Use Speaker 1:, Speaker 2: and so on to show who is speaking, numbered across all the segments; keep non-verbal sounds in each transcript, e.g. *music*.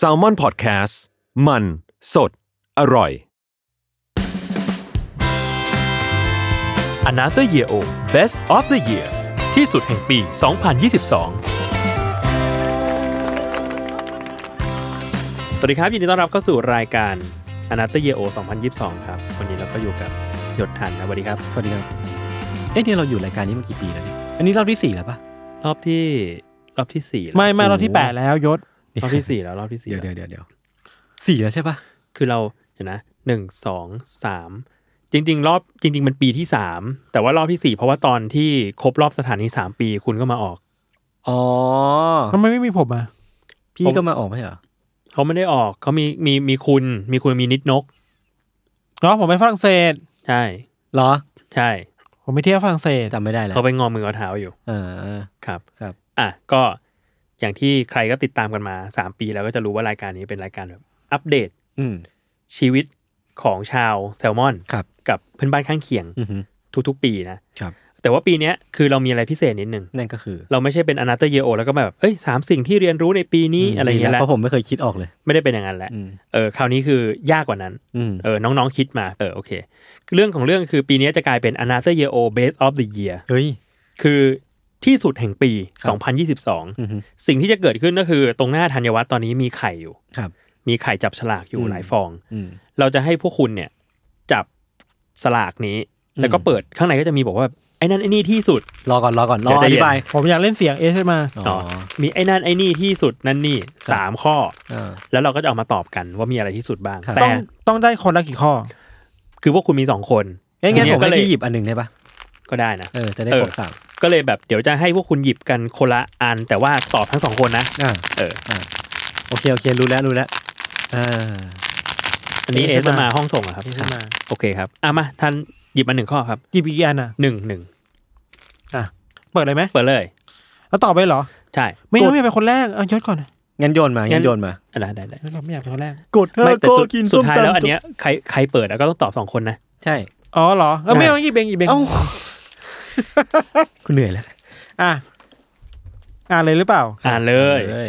Speaker 1: s a l m o n PODCAST มันสดอร่อย
Speaker 2: Another Year Old Best of the Year ที่สุดแห่งปี 2022 สวัสดีครับ ยินดีต้อนรับเข้าสู่รายการ Another Year Old 2022 ครับ วันนี้เราก็อยู่กับหยดทันนะสวัสดีครับ
Speaker 3: สวัสดีครับ เอ๊ะนี่เราอยู่รายการนี้มากี่ปีแล้วเนี่ย อันนี้รอบที่สี่แล้วปะ
Speaker 2: รอบที่รอบที่สี่แล้ว
Speaker 4: ไม่ไม่รอบที่แปดแล้วยศ
Speaker 2: *laughs* รอบที่สี่แล้วรอบที่สี่
Speaker 3: เดี๋ยว
Speaker 2: แล้
Speaker 3: เดี๋ยวเดี๋ยวเดี๋ยวสี่แล้วใช่ปะ
Speaker 2: คือเราเห็นนะหนึ่งสองสามจริง ๆ รอบจริง ๆ มันปีที่สามแต่ว่ารอบที่สี่เพราะว่าตอนที่ครบรอบสถานีสามปีคุณก็มาออก
Speaker 3: อ๋อ
Speaker 4: ทำไมไม่มีผมอ่ะ
Speaker 3: พี่ก็มาออกไหมเหรอ
Speaker 2: เขาไม่ได้ออกเขามีมีมีคุณมีคุณมีนิดนก
Speaker 4: เนาะผมไปฝรั่งเศส
Speaker 2: ใช่
Speaker 3: เหรอ
Speaker 2: ใช่
Speaker 4: ผมไปเที่ยวฝรั่งเศส
Speaker 3: จำไม่ได้แล้ว
Speaker 2: เขาไปงอมือเอาเท้าอยู่
Speaker 3: เออ
Speaker 2: ครับ
Speaker 3: ครับ
Speaker 2: อ่ะก็อย่างที่ใครก็ติดตามกันมา 3 ปีแล้วก็จะรู้ว่ารายการนี้เป็นรายการแบบอัปเดต
Speaker 3: อืม
Speaker 2: ชีวิตของชาวแซลมอน
Speaker 3: ครับ
Speaker 2: กับเพื่อนบ้านข้างเคียง
Speaker 3: อือหือ
Speaker 2: ทุกๆ ปีนะครับ แต่ว่าปีเนี้ยคือเรามีอะไรพิเศษนิดนึง
Speaker 3: นั่นก็คือ
Speaker 2: เราไม่ใช่เป็นอนาเตเยโอแล้วก็แบบเอ้ยสามสิ่งที่เรียนรู้ในปีนี้
Speaker 3: ม
Speaker 2: อะไรอย่างเงี้ย
Speaker 3: ดี
Speaker 2: แห
Speaker 3: น
Speaker 2: ละ
Speaker 3: เพราะผมไม่เคยคิดออกเลย
Speaker 2: ไม่ได้เป็นอย่างนั้นแหละ
Speaker 3: อืม
Speaker 2: เออคราวนี้คือยากกว่านั้น
Speaker 3: อืม
Speaker 2: เออน้องๆคิดมาเออโอเค เรื่องของเรื่องคือปีนี้จะกลายเป็น another year old best of the year
Speaker 3: เฮ้ย
Speaker 2: คือที่สุดแห่งปี
Speaker 3: ครับ อือหือ
Speaker 2: 2022 สิ่งที่จะเกิดขึ้นก็คือตรงหน้าธัญวัฒน์ตอนนี้มีไข่อยู่
Speaker 3: ครับ
Speaker 2: มีไข่จับฉลากอยู่
Speaker 3: อืม
Speaker 2: หลายฟอง
Speaker 3: อืม
Speaker 2: เราจะให้พวกคุณเนี่ยจับสลากนี้
Speaker 3: อืม
Speaker 2: แล้วก็เปิดข้างในก็จะมีบอกว่าไอ้นั่นไอ้นี่ที่สุด
Speaker 3: รอก่อนรอก่อนร
Speaker 2: เดี๋
Speaker 3: อ
Speaker 2: ยว
Speaker 3: อ
Speaker 2: จะเย็น
Speaker 3: ธิบาย
Speaker 4: ผมอยากเล่นเสียงเอสมา
Speaker 2: ต่อมีไอ้นั่นไอ้นี่ที่สุดนั่นนี่สามข้อ
Speaker 3: เออ
Speaker 2: แล้วเราก็จะเอามาตอบกันว่ามีอะไรที่สุดบ้าง
Speaker 3: ครับ
Speaker 2: แต่
Speaker 4: ต้องต้องได้คนละกี่ข้อ
Speaker 2: คือพวกคุณมีสองคน
Speaker 3: งั้นงั้น
Speaker 2: ที
Speaker 3: ผม
Speaker 2: ก็
Speaker 3: ให้
Speaker 2: เลย
Speaker 3: พี่หยิบอันหนึ่งได้ปะ
Speaker 2: ก็ได้นะ
Speaker 3: เออ จะได้
Speaker 2: เออ
Speaker 3: ครบสาม
Speaker 2: ก็เลยแบบเดี๋ยวจะให้พวกคุณหยิบกันคนละอัน แต่ว่าตอบทั้งสองคนนะ
Speaker 3: อ่า
Speaker 2: เออ
Speaker 3: โอเคโอเครู้แล้วรู้แล้วอ่า
Speaker 2: อันนี้เอ
Speaker 3: ASMR
Speaker 2: สมาห้องส่งอะครับ
Speaker 4: ASMR
Speaker 2: โอเคครับอ่ะมาท่านหยิบมาหนึ่งข้อครับ
Speaker 4: หยิบอีกกี่อันอ่ะ
Speaker 2: หนึ่งหนึ่ง
Speaker 4: อ่ะ เปิดเลยไหม
Speaker 2: เปิดเลย
Speaker 4: แล้วตอบไปเหรอ
Speaker 2: ใช่
Speaker 4: ไม่
Speaker 2: กด
Speaker 4: เอาไม่อยากเป็นคนแรกเอายศก่อน
Speaker 3: งั้นโยนมางั้
Speaker 2: งั้น
Speaker 3: นโยนมา
Speaker 2: อ่ะได้ได้ได้
Speaker 4: ยศก่อนไม่อยากเป็นคนแรก
Speaker 3: กด
Speaker 2: ไม่แต่สุดสุดท้ายแล้วอันเนี้ยใครใครเปิดแล้วก็ต้องตอบสองคนนะ
Speaker 3: ใช่
Speaker 4: อ๋อเหรอเออไม่เอาหยิบเองหยิบเอง
Speaker 3: เอ้า คุณเหนื่อยแล้ว
Speaker 4: อ่ะอ่านเลยหรือเปล่า
Speaker 2: อ่านเลย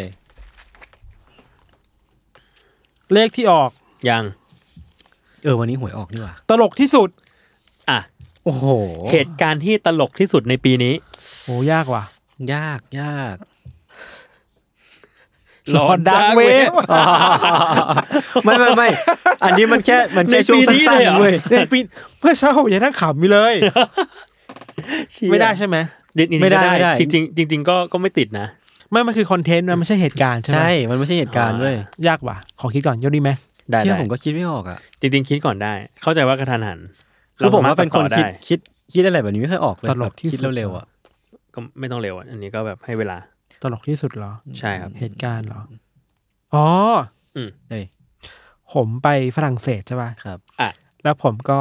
Speaker 4: เลขที่ออก
Speaker 2: ยัง
Speaker 3: เออวันนี้หวยออกนี่หว่า
Speaker 4: ตลกที่สุด
Speaker 2: อ่ะ
Speaker 3: โอ้โห
Speaker 2: เหตุการณ์ที่ตลกที่สุดในปีนี้
Speaker 4: โอ้ยากว่ะ
Speaker 3: ยากยาก
Speaker 2: ร้อน
Speaker 4: ดัก
Speaker 2: Dark
Speaker 4: เว
Speaker 2: Wave
Speaker 4: ฟ
Speaker 3: ไม่ไม่ไม่อันนี้มันแค่มันแค่
Speaker 2: ใน
Speaker 3: ช่ว
Speaker 2: ปี
Speaker 3: ง
Speaker 2: นี้
Speaker 3: สั้น
Speaker 2: เลยเหรอ
Speaker 3: ๆเว้ย
Speaker 4: ในปีเพื่อเช่าอย่านั่งขำอยู่เลย ไม่ได้ใช่ไหม
Speaker 2: จริงๆ
Speaker 3: ไม่ได้
Speaker 2: ก็
Speaker 3: ไม่ได้
Speaker 2: จริงจริง ๆ จริง ๆ ก็ก็ไม่ติดนะ
Speaker 4: ไม่มันคือคอนเทนต์มันไม่ใช่เหตุการณ์ใช่ไหม
Speaker 3: ใช่ มันไม่ใช่เหตุการณ์เว้ย
Speaker 4: ยากว่ะขอคิดก่อนยศดีไหม
Speaker 2: ได้
Speaker 3: เชื่อ
Speaker 2: ได้
Speaker 3: ผมก็คิดไม่ออกอ่ะ
Speaker 2: จริง ๆ คิดก่อนได้ เข้าใจว่ากระทันหัน
Speaker 3: คือผม
Speaker 2: ร
Speaker 3: ว่า
Speaker 2: สรถ
Speaker 3: เป็นคน
Speaker 2: ตัดต่อ
Speaker 3: คิด
Speaker 2: ได้
Speaker 3: คิดคิดอะไรแบบนี้ไม่เคยออกเลย
Speaker 4: ตลก
Speaker 3: แบบ
Speaker 4: ที่
Speaker 3: คิด
Speaker 4: สุด
Speaker 3: เร็วๆอ่ะ
Speaker 2: ก็ไม่ต้องเร็วอะอันนี้ก็แบบให้เวลา
Speaker 4: ตลกที่สุดเหรอ
Speaker 2: ใช่ครับ
Speaker 4: เหตุการณ์เหรอ อ๋อ
Speaker 3: เอ้ย
Speaker 4: ผมไปฝรั่งเศสใช่ป่ะ
Speaker 3: ครับ
Speaker 4: แล้วผมก็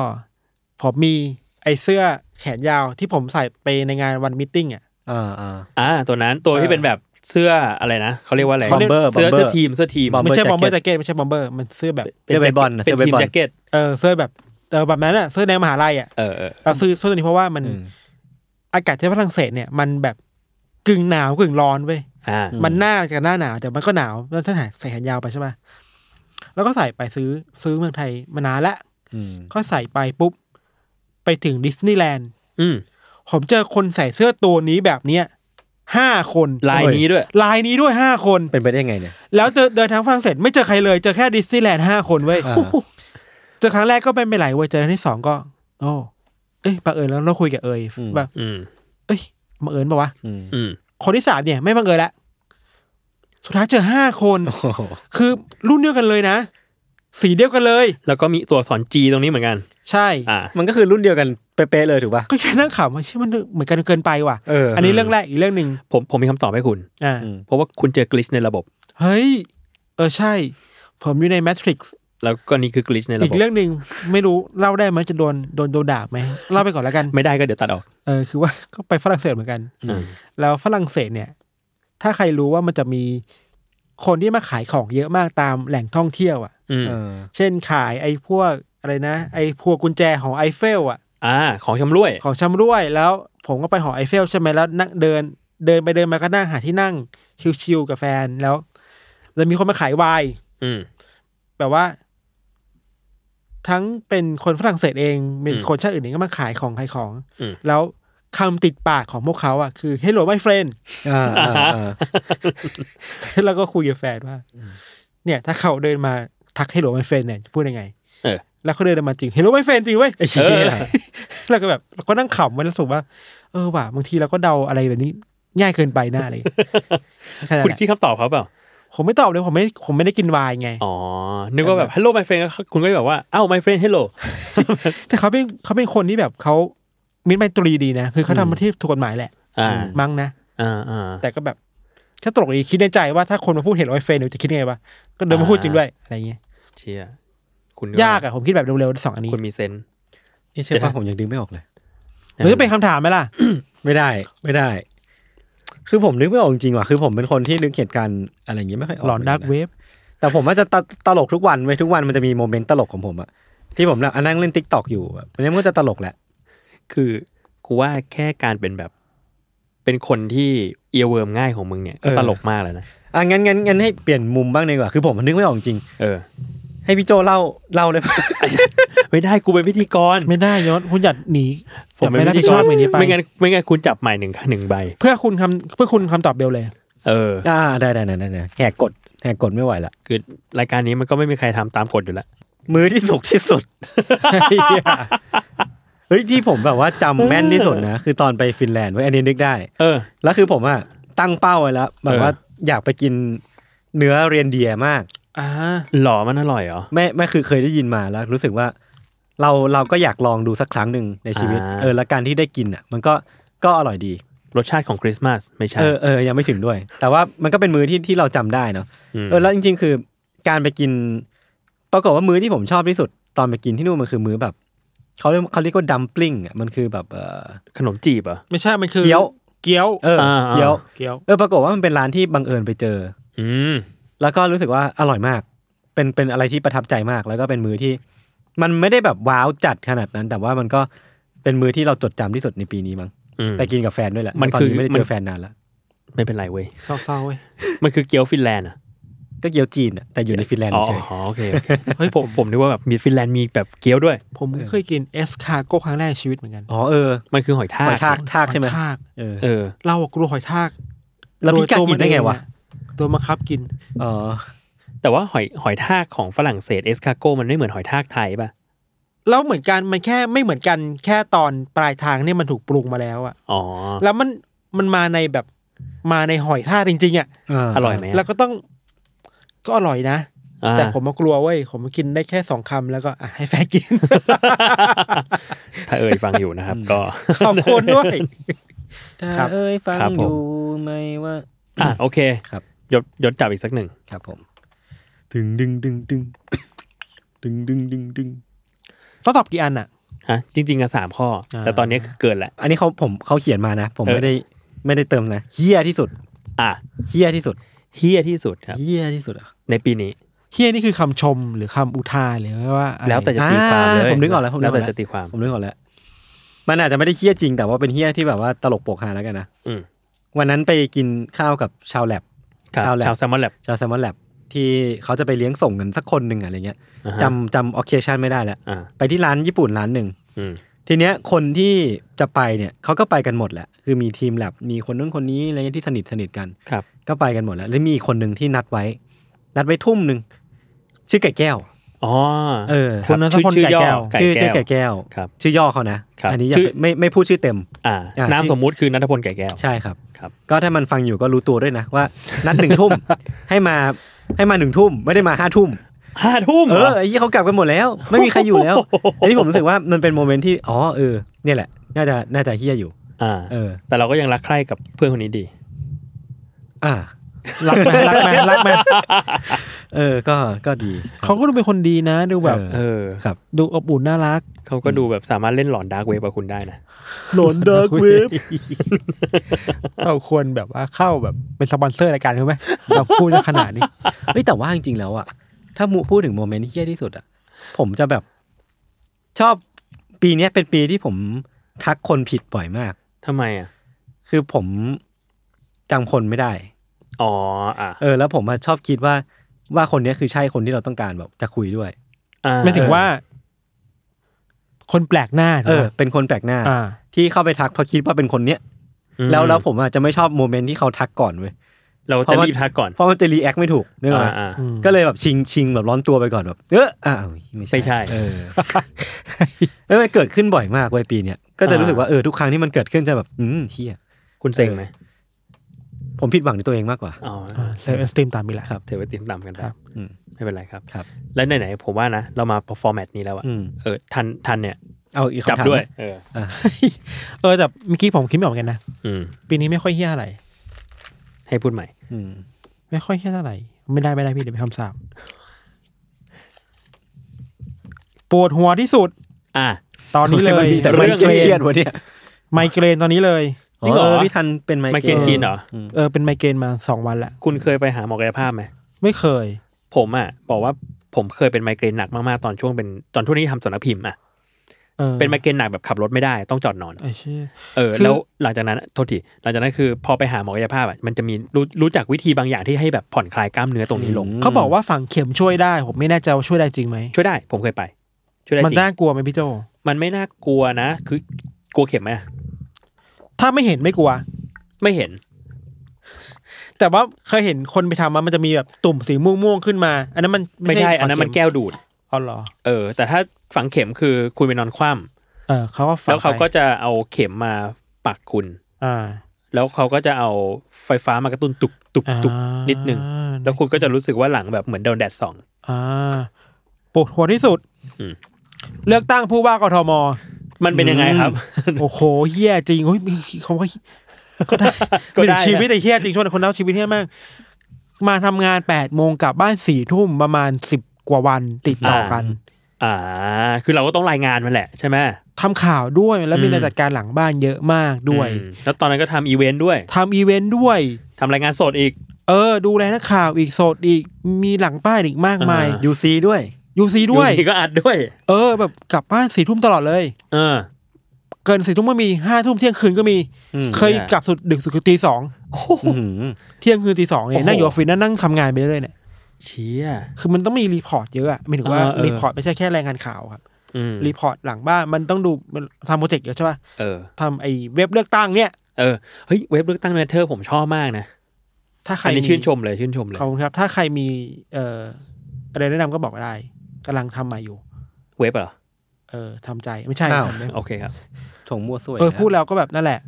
Speaker 4: ผมมีไอเสื้อแขนยาวที่ผมใส่ไปในงานวันมิทติ้งอ่ะ
Speaker 3: อ่าอ่า
Speaker 2: อ่าตัวนั้นตัวที่เป็นแบบเสื้ออะไรนะเขาเรียกว่าอะไร
Speaker 3: Bomber
Speaker 2: เสื้อ
Speaker 3: Bomber
Speaker 2: เสื้อทีมเสื้อทีม
Speaker 3: Bomber
Speaker 4: ไม่ใช่บอมเบอร์
Speaker 3: jacket
Speaker 4: แจ็คเก็ตไม่ใช่บอมเบอร์ มันเสื้อแบบ
Speaker 2: เป็น
Speaker 3: เสื้อใบ
Speaker 2: แจ็ค
Speaker 3: บอลนะ
Speaker 2: เป็น
Speaker 3: เสื้อ
Speaker 2: ทีม
Speaker 3: ใบบอล
Speaker 2: แจ็คเก็ต
Speaker 4: เออ เสื้อแบบ เออแบบนั้นอ่ะ เสื้อในมหาลัยอ่ะ
Speaker 2: เออเออ
Speaker 4: เราซื้อเสื้อตัวนี้เพราะว่ามัน
Speaker 3: อืม
Speaker 4: อากาศที่ฝรั่งเศสเนี่ย มันแบบกึ่งหนาวกึ่งร้อนเว้ย
Speaker 2: อ่า
Speaker 3: อืม
Speaker 4: มันหน้ากับหน้าหนาวแต่มันก็หนาวแล้วถ้าใส่แขนยาวไปใช่ป่ะ แล้วก็ใส่ไปซื้อซื้อเมืองไทยมานานละ
Speaker 3: อืม
Speaker 4: ก็ใส่ไปปุ๊บ ไปถึงดิสนีย์แลนด์
Speaker 2: อืม
Speaker 4: ผมเจอคนใส่เสื้อตัวนี้แบบเนี้ยห้าคน
Speaker 2: ลายนี้ด้วย
Speaker 4: ลายนี้ด้วยห้าคน
Speaker 3: เป็นไปได้ไงเนี่ย
Speaker 4: แล้วเจอเดินทางฝรั่งเศสไม่เจอใครเลย เจอแค่ดิสนีย์แลนด์ห้าคนเว้ย
Speaker 3: อ่า
Speaker 4: เจอครั้งแรกก็เป็นไปหลายเว้ยเจอครั้งที่สองก็ โอ้เอ้ยบังเอิญแล้วเราคุยกับเอย
Speaker 3: อืม
Speaker 4: แบบ
Speaker 2: อืม
Speaker 4: เอ้ยบังเอิญปะวะ
Speaker 3: อืม
Speaker 2: อืม
Speaker 4: คนที่สามเนี่ย ไม่บังเอิญละสุดท้ายเจอห้าคน
Speaker 3: โอ้โห
Speaker 4: คือรุ่นเดียวกันเลยนะ สีเดียวกันเลย
Speaker 2: แล้วก็มีตัวอักษรจีตรงนี้เหมือนกัน
Speaker 4: ใช่
Speaker 2: อ่า
Speaker 3: มันก็คือรุ่นเดียวกัน เป๊ะๆเลยถูกป่ะ
Speaker 4: ก็แค่นั่งขำว่าเชื่อมันเหมือนกันเกินไปว่ะ
Speaker 3: เออ
Speaker 4: อันนี้เรื่องแรกอีกเรื่องหนึ่ง
Speaker 2: ผมผมมีคำตอบให้คุณ
Speaker 4: อ่า
Speaker 3: อืม
Speaker 2: เพราะว่าคุณเจอกลิชในระบบ
Speaker 4: เฮ้ย เออใช่ ผมอยู่ในแมทริกซ์
Speaker 2: แล้วก็นี่คือกลิชในระ
Speaker 4: อี
Speaker 2: บ
Speaker 4: ก
Speaker 2: บ
Speaker 4: เรื่องหนึ่งไม่รู้เล่าได้ไหมจะโดนโดนโดนด่าไหมเล่าไปก่อนแล้วกัน
Speaker 2: ไม่ได้ก็เดี๋ยวตัดออก
Speaker 4: เออคือว่า ก็ไปฝรั่งเศสเหมือนกัน
Speaker 3: อืม
Speaker 4: แล้วฝรั่งเศสเนี่ย ถ้าใครรู้ว่ามันจะมีคนที่มาขายของเยอะมากตามแหล่งท่องเที่ยวอ่ะ
Speaker 2: อืม
Speaker 3: เออ
Speaker 4: เช่นขายไอ้พวกอะไรนะ ไอ้พวกกุญแจหอไอเฟลอ่ะ
Speaker 2: อ่า ของชำร่วย
Speaker 4: ของชำร่วยแล้วผมก็ไปหอไอเฟลใช่ไหมแล้วนั่งเดินเดินไปเดินมาก็นั่งหาที่นั่งชิวๆกับแฟนแล้วแล้วมีคนมาขายไวน์
Speaker 2: อืม
Speaker 4: แบบว่า ทั้งเป็นคนฝรั่งเศสเอง เป็น
Speaker 2: อืม
Speaker 4: คนชาติอื่นเองก็มาขายของขายของ
Speaker 2: อืม
Speaker 4: แล้วคำติดปากของพวกเขาอ่ะคือ hello my friend
Speaker 3: อ่าอ่าอ่า
Speaker 4: *laughs* แล้วก็คุยกับแฟนว่า เนี่ย ถ้าเขาเดินมาทัก hello my friend เนี่ยพูดยังไง
Speaker 2: เออ
Speaker 4: แล้วเขาเดินมาจริง hello my friend *laughs* จริงเว้ย
Speaker 3: ไอ้เชี่ย
Speaker 4: เราก็แบบเราก็นั่งขำมันรู้สึกว่า เออว่ะบางทีเราก็เดาอะไรแบบนี้ ง่ายเกินไปหน้าเลย
Speaker 2: *laughs*
Speaker 4: ขนาด
Speaker 2: คุณ
Speaker 4: นั้น
Speaker 2: คิดคำตอบเขาเปล่า
Speaker 4: ผมไม่ตอบเลยผมไม่ผมไม่ได้กินไวายไง
Speaker 2: อ๋อ นึกว่าแบบ hello my friend คุณก็จะแบบว่า อ้าว my friend hello
Speaker 4: แต่เขาเป็นเขาเป็นคนที่แบบเขามิตรไมตรีดีนะคือเขาทำอาชีพถูกกฎหมายแหละ
Speaker 2: อ่า
Speaker 4: มั้งนะ
Speaker 2: อ่าอ่า
Speaker 4: แต่ก็แบบถ้าตลกดีคิดในใจว่าถ้าคนมาพูดเห็นร้อยเฟนเดี๋ยวจะคิดไงวะก็เดินมาพูดจริงด้วยอะไรเงี้ย
Speaker 2: เชียคุณ
Speaker 4: ยากอะผมคิดแบบเร็วๆสองอันนี้
Speaker 2: คุณมีเซนส์
Speaker 3: นี่เชื่อป่ะผมยังดึงไม่ออกเลย
Speaker 4: หรือจะเป็นคำถามไหมล่ะ
Speaker 3: ไม่ได้ไม่ได้ คือผมนึกไม่ออกจริงๆว่ะคือผมเป็นคนที่นึกเหตุการณ์อะไรอย่างงี้ไม่ค่อยออก
Speaker 4: หลอน
Speaker 3: มื
Speaker 4: ดั
Speaker 3: กัะ
Speaker 4: กเวฟ
Speaker 3: แต่ผมว่าจะตะตลกทุกวันไว้ยทุกวันมันจะมีโมเมนต์ตลกของผมอะที่ผมนั่งนั่งเล่นทิกตอกอยู่อะอันนี้มันก็จะตลกแหละ
Speaker 2: คือกูว่าแค่การเป็นแบบ เป็นคนที่เอียเวิร์มง่ายของมึงเนี่ยก็
Speaker 3: เออ
Speaker 2: ตลกมากแล้วนะ
Speaker 3: อ่ะงั้นงั้นงั้นให้เปลี่ยนมุมบ้างดีกว่า คือผมนึกไม่ออกจริง
Speaker 2: เออ
Speaker 3: ให้พี่โจเล่าเล่าเลยป่ะ
Speaker 2: ไม่ได้กูเป็นพิธีกร
Speaker 4: ไม่ได้ยศคุณหยัดหนี
Speaker 2: ผมเป็น
Speaker 4: ไม่รับ
Speaker 2: พิธี
Speaker 4: ผิด
Speaker 2: ก
Speaker 4: ชอ
Speaker 2: ร
Speaker 4: บอย่างนี้ไป
Speaker 2: ไม่งั้นไม่งั้นคุณจับใหม่หนึ่งหนึ่งใบ
Speaker 4: เพื่อคุณคำเพื่อคุณคำตอบเบลเลย
Speaker 2: เออ
Speaker 3: อ่าได้ได้ได้ได้ได้แหกกฎแหกกฎไม่ไหวละ
Speaker 2: คือรายการนี้มันก็ไม่มีใครทำตามกฎอยู่แล้ว
Speaker 3: มือที่สุกที่สุด *laughs* เฮ้ยที่ผมแบบว่าจำแม่นที่สุดนะคือตอนไปฟินแลนด์ไว้ยอันนี้นึกได้
Speaker 2: เออ
Speaker 3: แล้วคือผมอะตั้งเป้าไว้แล้วแบบ
Speaker 2: เออ
Speaker 3: ว่าอยากไปกินเนื้อเรียนเดียร์มาก
Speaker 4: อ่า
Speaker 2: หล่อมันอร่อยเหรอ
Speaker 3: ไม่ไม่คือเคยได้ยินมาแล้ว รู้สึกว่า เราเราก็อยากลองดูสักครั้งหนึ่งในชีวิต
Speaker 2: อ่า
Speaker 3: เออและการที่ได้กินอะมันก็ก็อร่อยดี
Speaker 2: รสชาติของคริสต์มาสไม่ใช่
Speaker 3: เออเออยังไม่ถึงด้วย แต่ว่ามันก็เป็นมือที่ที่เราจำได้เนาะ
Speaker 2: ม
Speaker 3: เออแล้วจริง ๆ คือการไปกิน ปรากฏว่ามือที่ผมชอบที่สุด ตอนไปกินที่นู่นมันคือมือแบบเขาเรียกเขาเรียกว่าดัมปลิงอะมันคือแบบเออ
Speaker 2: ขนมจีบเหรอ่ะ
Speaker 4: ไม่ใช่ มันคือ
Speaker 3: เกี๊ยว
Speaker 4: เกี๊ยว
Speaker 3: เอออา เกี๊ยว
Speaker 4: เกี๊ยว
Speaker 3: เออปรากฏว่ามันเป็นร้านที่บังเอิญไปเจอ
Speaker 2: อืม
Speaker 3: แล้วก็รู้สึกว่าอร่อยมาก เป็นเป็นอะไรที่ประทับใจมาก แล้วก็เป็นมือที่ มันไม่ได้แบบว้าวจัดขนาดนั้น แต่ว่ามันก็เป็นมือที่เราจดจำที่สุดในปีนี้มั้ง
Speaker 2: อืม
Speaker 3: แต่กินกับแฟนด้วยแหละ
Speaker 2: มัน
Speaker 3: ตอน
Speaker 2: คือ
Speaker 3: นี้ไม่ได้เจ
Speaker 2: มั
Speaker 3: อน แฟนนานแล้ว
Speaker 2: ไม่เป็นไรเว้ย
Speaker 4: เศร้าๆเว้ย
Speaker 2: มันคือเกี๊ยวฟินแลนด์อ่ะ
Speaker 3: ก็เกี๊ยวจีนอะแต่อยู่ในฟินแลนด์
Speaker 2: อ๋อ
Speaker 3: เฉย
Speaker 2: อ๋อโอเคโอเคเฮ้ยผมผมนึกว่าแบบมีฟินแลนด์มีแบบเกี๊ยวด้วย
Speaker 4: ผมเคยกินเอสคาโก้ครั้งแรกในชีวิตเหมือนกัน
Speaker 3: อ๋อเออ
Speaker 2: มันคือหอยทา
Speaker 3: ห
Speaker 2: ก
Speaker 3: อยทากทากใช่ไหม
Speaker 4: หอยทาก
Speaker 3: เออ
Speaker 2: เออ
Speaker 4: เราอะกลัวหอยทาก
Speaker 3: แล้วพี่กากินได้ไงวะ
Speaker 4: ตัวมาคับกิน
Speaker 3: อ๋อ
Speaker 2: แต่ว่าหอยหอยทากของฝรั่งเศสเอสคาโกมันไม่เหมือนหอยทากไทยป่ะ
Speaker 4: แล้วเหมือนกันมันแค่ไม่เหมือนกันแค่ตอนปลายทางเนี่ยมันถูกปรุงมาแล้วอะ
Speaker 2: อ๋อ
Speaker 4: แล้วมันมันมาในแบบมาในหอยทากจริงๆอะ
Speaker 3: เออ
Speaker 2: อ
Speaker 3: อ
Speaker 2: ร่อยไหมอะ
Speaker 4: แล้วก็ต้องก็อร่อยนะ
Speaker 2: อ่า
Speaker 4: แต่ผมมากลัวเว้ย ผมกินได้แค่สองคำแล้วก็อ่ะให้แฟนกิน *laughs*
Speaker 2: ถ้าเอ่ยฟังอยู่นะครับ ก็
Speaker 4: ขอบคุณด้วย
Speaker 3: ถ้า
Speaker 4: ครับ
Speaker 3: เอ้ยฟัง
Speaker 2: ครับ
Speaker 3: อ
Speaker 2: ผม
Speaker 3: ยู่ไหมว่า
Speaker 2: *laughs* อ่ะโอเค
Speaker 3: ครับ
Speaker 2: ยศยศจับอีกสักหนึ่ง
Speaker 3: ครับผมดึงดึงดึงดึงดึงดึงดึงดึง
Speaker 4: ต้องตอบกี่อันอะ
Speaker 2: ฮะ จริง ๆอะสามข้อ
Speaker 4: อ่า
Speaker 2: แต่ตอนนี้คือเกินแหละ
Speaker 3: อันนี้เขาผมเขาเขียนมานะ ผม
Speaker 2: เออ
Speaker 3: ไม่ได้ไม่ได้เติมนะเฮี้ยที่สุด
Speaker 2: อ่ะ
Speaker 3: เฮี้ยที่สุด
Speaker 2: เฮี้ยที่สุดครับ
Speaker 3: เฮี้ยที่สุดอ่ะ
Speaker 2: ในปีนี้
Speaker 4: เฮียนี่คือคำชมหรือคำอุทานหรือว่าอะไร
Speaker 2: แล้วแต่จะตีความเลย
Speaker 3: อ่ผมนึกออกแล้วผมนึ
Speaker 2: แล้
Speaker 3: ก
Speaker 2: ว
Speaker 3: ออ
Speaker 2: แต่
Speaker 3: ก
Speaker 2: จะตีความ
Speaker 3: ผมนึกออกแล้วมันอาจจะไม่ได้เฮี้ยจริงแต่ว่าเป็นเฮี้ยที่แบบว่าตลกโปกฮาแล้วกันนะ
Speaker 2: อืม
Speaker 3: วันนั้นไปกินข้าวกับชาวแลบ
Speaker 2: ครับ
Speaker 3: ชาวแลบ
Speaker 2: ชาวแซมมอนแลบ
Speaker 3: ชาวแซมมอนแลบที่เขาจะไปเลี้ยงส่งเงินสักคนหนึ่งอะไรเงี้ย
Speaker 2: อ่าฮะ
Speaker 3: จำจำออเคชันไม่ได้แล้ว
Speaker 2: อ่า
Speaker 3: ไปที่ร้านญี่ปุ่นร้านหนึ่ง
Speaker 2: อืม
Speaker 3: ทีเนี้ยคนที่จะไปเนี่ยเขาก็ไปกันหมดแหละคือมีทีมแลบมีคนนู้นคนนี้อะไรเงี้ยที่สนิทสนิทกัน
Speaker 2: ครับ
Speaker 3: ก็ไปกันหมดแล้ว แล้วมีอีกคนหนึ่งที่นัดไว้ นัดไว้ทุ่มหนึ่งชื่อไก่แก้ว
Speaker 2: อ๋อ
Speaker 3: เออ
Speaker 2: รับ
Speaker 4: ณนัท
Speaker 2: ชื่อ
Speaker 4: พล
Speaker 2: ชื่อ
Speaker 4: ไก่
Speaker 2: ย่อ
Speaker 4: แก้ว
Speaker 2: ไก่
Speaker 3: ชื่อ
Speaker 2: แก้
Speaker 3: ชื่อ
Speaker 2: ว
Speaker 3: ไก่แก้ว
Speaker 2: ครับ
Speaker 3: ชื่อย่อเขานะครับ อันนี้อย่า
Speaker 2: ชื่อ
Speaker 3: ไม่ไม่พูดชื่อเต็ม
Speaker 2: อ่า
Speaker 3: อ่า
Speaker 2: นา
Speaker 3: ชื่
Speaker 2: ม
Speaker 3: อ
Speaker 2: สมมุติคือนัทพลไก่แก้ว
Speaker 3: ใช่ครับ
Speaker 2: ครับ
Speaker 3: ก็ถ้ามันฟังอยู่ก็รู้ตัวด้วยนะว่า นัดหนึ่ง
Speaker 2: *laughs*
Speaker 3: ทุ่ม ให้มาให้มาหนึ่งทุ่มไม่ได้มาห้าทุ่ม
Speaker 2: ห้าทุ่ม
Speaker 3: เอ
Speaker 2: หร *laughs*
Speaker 3: อไอ้ยี่เขากลับกันหมดแล้ว ไม่มีใครอยู่แล้วอันนี้ผมรู้สึกว่ามันเป็นโมเมนต์ที่อ๋อเออ เนี่ยแหละ น่าจะน่าจะเฮี้ยอยู่
Speaker 2: อ่า
Speaker 3: เออ
Speaker 2: แต่เราก็ยังรักใคร่กับเพื่อนคนนี้ดี
Speaker 3: อ่า
Speaker 4: รักไหมรักไหมรักไหม
Speaker 3: เออ ก็ก็ดี
Speaker 4: เขาก็ดูเป็นคนดีนะ ดูแบบ
Speaker 2: เออ
Speaker 3: ครับ
Speaker 4: ดูอบอุ่นน่ารัก
Speaker 2: เขาก็ดูแบบสามารถเล่นหลอนดาร์กเวฟกับคุณได้นะ
Speaker 4: หลอนเดิร์กเวฟเราควรแบบว่าเข้าแบบเป็นสปอนเซอร์รายการเขาไหมเราพูดขนาดนี้
Speaker 3: เฮ้ยแต่ว่าจริงๆแล้วอะถ้ามูพูดถึงโมเมนต์ที่เฮี้ยที่สุดอะผมจะแบบ ชอบปีเนี้ยเป็นปีที่ผมทักคนผิดบ่อยมาก
Speaker 2: ทำไมอ่ะ
Speaker 3: คือผมจำคนไม่ได้
Speaker 2: อ๋อ อ่ะ
Speaker 3: เออ แล้วผมอะชอบคิดว่าว่าคนเนี้ยคือใช่คนที่เราต้องการแบบจะคุยด้วย
Speaker 2: อ่า
Speaker 4: ไม่ถึงว่า คนแปลกหน้า
Speaker 3: เอ
Speaker 4: ถูก
Speaker 3: อ
Speaker 4: ไหม
Speaker 3: เป็นคนแปลกหน้า
Speaker 4: อ่า
Speaker 3: ที่เข้าไปทักเพราะคิดว่าเป็นคนเนี้ย
Speaker 2: อืม
Speaker 3: แล้วแล้วผมอาจจะไม่ชอบโมเมนต์ที่เขาทักก่อนเว้ย
Speaker 2: เรา
Speaker 3: เพ
Speaker 2: จะ
Speaker 3: ราะว่า
Speaker 2: รีบทักก่อน
Speaker 3: เพราะมันจะรีแอคไม่ถูกนึกออกไหม
Speaker 2: อ่า
Speaker 4: อืม
Speaker 3: ก็เลยแบบชิงชิงแบบร้อนตัวไปก่อนแบบ เอออ้าว
Speaker 2: ไม่ใช่
Speaker 3: เออ *laughs* เออเกิดขึ้นบ่อยมากเว้ยปีเนี้ยก็จะรู้สึกว่าเออทุกครั้งที่มันเกิดขึ้นจะแบบอืมเฮีย
Speaker 2: ๆคุณเซ็งไหม
Speaker 3: ผมผิดหวังในตัวเองมากกว่า
Speaker 2: อ๋อ
Speaker 4: เซลล์เอสติมตามนี้แหละ
Speaker 3: ครับ
Speaker 2: เทวติมต่ำกันไป
Speaker 4: ครับ
Speaker 3: อืม
Speaker 2: ไม่เป็นไรครับ
Speaker 3: ครับ
Speaker 2: และไหนๆผมว่านะ เรามา performance นี้แล้วอะ
Speaker 3: อืม
Speaker 2: เออทันทันเนี่ย
Speaker 3: เอาอีกคำ
Speaker 2: จั
Speaker 3: ถาม
Speaker 2: บด้วย เออ
Speaker 3: อ่ะ
Speaker 4: เออแต่เมื่อกี้ผมคิดไม่ออกเหมือนกันนะ
Speaker 2: อืม
Speaker 4: ปีนี้ไม่ค่อยเฮี้ยอะไร
Speaker 2: ให้พูดใหม่
Speaker 3: อืม
Speaker 4: ไม่ค่อยเฮี้ยอะไร ไม่ได้ไม่ได้พี่เดี๋ยวไปนคำสาปปวดหัวที่สุด
Speaker 2: อ่ะ
Speaker 4: ตอนนี้เล
Speaker 3: ทำไมมั
Speaker 4: ย
Speaker 3: มีแต่เรื่องเครียดๆวะเนี่ย
Speaker 4: ไมเกรนตอนนี้เลย
Speaker 2: จริงเหรอ
Speaker 3: พี่ทันเป็นไม
Speaker 2: ไม
Speaker 3: เก
Speaker 2: เก
Speaker 3: ร
Speaker 2: รน
Speaker 3: น
Speaker 2: กินเหรอ
Speaker 4: เออเป็นไมเกรนมาสองวันละ
Speaker 2: คุณเคยไปหาหมอกายภาพไหม
Speaker 4: ไม่เคย
Speaker 2: ผมอ่ะ บอกว่าผมเคยเป็นไมเกรนหนักมากๆ ตอนช่วงเป็นตอนช่วงที่ทำสำนักพิมพ์อ่ะ
Speaker 4: เออ
Speaker 2: เป็นไมเกรนหนักแบบขับรถไม่ได้ต้องจอดนอน
Speaker 4: ไอ้เชี่ย
Speaker 2: เออ
Speaker 4: คือ
Speaker 2: แล้วหลังจากนั้นโทษทีหลังจากนั้นคือพอไปหาหมอกายภาพอ่ะมันจะมีรู้รู้จักวิธีบางอย่างที่ให้แบบผ่อนคลายกล้ามเนื้อตรงนี้ลง
Speaker 4: เขาบอกว่าฝังเข็มช่วยได้ ผมไม่แน่ใจว่าช่วยได้จริงไหม
Speaker 2: ช่วยได้ผมเคยไป ช่วยได้
Speaker 4: มัน
Speaker 2: จริง
Speaker 4: น่ากลัวไหมพี่โจ
Speaker 2: มันไม่น่ากลัวนะ คือกลัวเข็มไหมอะ
Speaker 4: ถ้าไม่เห็นไม่กลัว
Speaker 2: ไม่เห็น
Speaker 4: แต่ว่าเคยเห็นคนไปทำมามันจะมีแบบตุ่มสีม่วงๆขึ้นมา อันนั้นมัน
Speaker 2: ไม่ใช่ อันนั้นมันแก้วดูด
Speaker 4: อ๋อเหรอ
Speaker 2: เออ แต่ถ้าฝังเข็มคือคุณไปนอนคว่
Speaker 4: เออเขาก็
Speaker 2: ำ
Speaker 4: ฝัง
Speaker 2: แล้วเขา
Speaker 4: ไป
Speaker 2: ก็จะเอาเข็มมาปักคุณ
Speaker 4: อ่า
Speaker 2: แล้วเขาก็จะเอาไฟฟ้ามากระตุ้นตุกตุกตุก
Speaker 4: อ่า
Speaker 2: นิดนึง แล้วคุณก็จะรู้สึกว่าหลังแบบเหมือนโดนแดดส่อง
Speaker 4: อ่าปวดหัวที่สุด
Speaker 2: อืม
Speaker 4: เลือกตั้งผู้ว่าก
Speaker 2: *laughs*
Speaker 4: ทม
Speaker 2: มันเป็นยังไงครับ
Speaker 4: โอ้โหเฮี้ยจริงเฮ้ย
Speaker 2: *laughs*
Speaker 4: เขาก็ก็ได้
Speaker 2: ก็ได้
Speaker 4: เป็นชีวิต
Speaker 2: นะ
Speaker 4: ไอ้เฮี้ยจริงช่วงนั้นคนเล่าชีวิตเฮี้ยมาก มาทำงานแปดโมงกลับบ้านสี่ทุ่มประมาณสิบกว่าวันติดต่อกัน
Speaker 2: อ่า คือเราก็ต้องรายงานมันแหละใช่ไหม
Speaker 4: ทำข่าวด้วยแล้วมี
Speaker 2: อืม
Speaker 4: รายจัดการหลังบ้านเยอะมากด้วย
Speaker 2: อืมแล้วตอนนั้นก็ทำอีเวนต์ด้วย
Speaker 4: ทำอีเวนต์ด้วย
Speaker 2: ทำรายงานสดอีก
Speaker 4: เออ ดูแลนักข่าวอีกสดอีกมีหลังป้ายอีกมากมาย
Speaker 2: อ่า
Speaker 3: ยูซีด้วย
Speaker 4: ยูซีด้วย
Speaker 2: อก็อัดด้วย
Speaker 4: เออ แบบกลับบ้านสี่ทุ่มตลอดเลย
Speaker 2: เออ
Speaker 4: เกินสี่ทุ่มก็มีห้าทุ่มเที่ยงคืนก็มี
Speaker 3: อืม
Speaker 4: เคยกลับสุดดึกสุดคือตีสอง
Speaker 2: โอ้โห
Speaker 3: อื้อหือ
Speaker 4: เที่ยงคืนตีสองเอ
Speaker 2: โอ้
Speaker 4: ง
Speaker 2: โห
Speaker 4: นั่งอยู่ออฟฟิศนั่งนั่งทำงานไปเรื่อยเนี่ย
Speaker 2: เชีย
Speaker 4: คือมันต้องมีรีพอร์ตเยอะอะหมายถึงว่า
Speaker 2: เออเออ
Speaker 4: รีพอร์ตไม่ใช่แค่รายงานข่าวครับ
Speaker 2: อืม
Speaker 4: รีพอร์ตหลังบ้านมันต้องดูมันทำโปรเจกต์เยอะใช่ป่ะ
Speaker 2: เออ
Speaker 4: ทำไอ้เว็บเลือกตั้งเนี่ย
Speaker 2: เออ เฮ้ย เว็บเลือกตั้งแมทเทอร์ผมชอบมากนะ
Speaker 4: ถ้าใคร
Speaker 2: อันนี้
Speaker 4: มี
Speaker 2: ชื่นชมเลยชื่นชมเลย
Speaker 4: ขอบคุณครับ ถ้าใครมีเอ่ออะไรแนะนำก็บอกได้กำลังทำมาอยู่
Speaker 2: เว็บเหรอ
Speaker 4: เออทำใจไม่ใช่
Speaker 3: อ้าว
Speaker 4: ทำได้
Speaker 2: โอเคครับ
Speaker 3: ถงมั่วสวย
Speaker 4: เออพูดแล้วก็แบบนั่นแหละ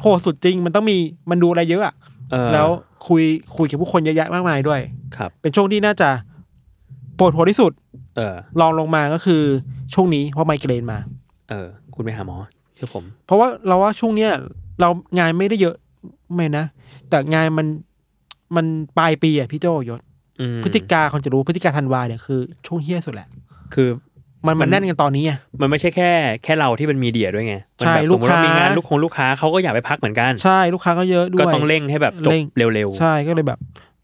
Speaker 4: โหสุดจริงมันต้องมีมันดูอะไรเยอะอะ
Speaker 2: เออ
Speaker 4: แล้วคุยคุยกับผู้คนเยอะแยะมากมายด้วย
Speaker 2: ครับ
Speaker 4: เป็นช่วงที่น่าจะปวดหัวที่สุด
Speaker 2: เออ
Speaker 4: ลองลงมาก็คือช่วงนี้เพราะไมเกรนมา
Speaker 2: เออ คุณไปหาหมอเชื่อผม
Speaker 4: เพราะว่าเราว่าช่วงเนี้ยเรางานไม่ได้เยอะไม่นะ แต่งานมันมันปลายปีอะพี่โจยศ
Speaker 2: อืม
Speaker 4: พฤติกาคนจะรู้พฤติกาธันวาเนี่ยคือช่วงเฮี้ยสุดแหละ
Speaker 2: คือ
Speaker 4: มัน
Speaker 2: มั
Speaker 4: มัน
Speaker 2: น
Speaker 4: แน่นกันตอนนี้ไง
Speaker 2: มันไม่ใช่แค่แค่เราที่เป็นมีเดียด้วยไงมัน
Speaker 4: ใช่
Speaker 2: แบบสมมติว่
Speaker 4: ลูกค้ามี
Speaker 2: งานลูกคงลูกค้าเขาก็อยากไปพักเหมือนกัน
Speaker 4: ใช่ลูกค้าก็เยอะด้วย
Speaker 2: ก็ต้องเร่งให้แบบจบ
Speaker 4: เร่ง
Speaker 2: เร็ว
Speaker 4: ใช่ก็เลยแบบ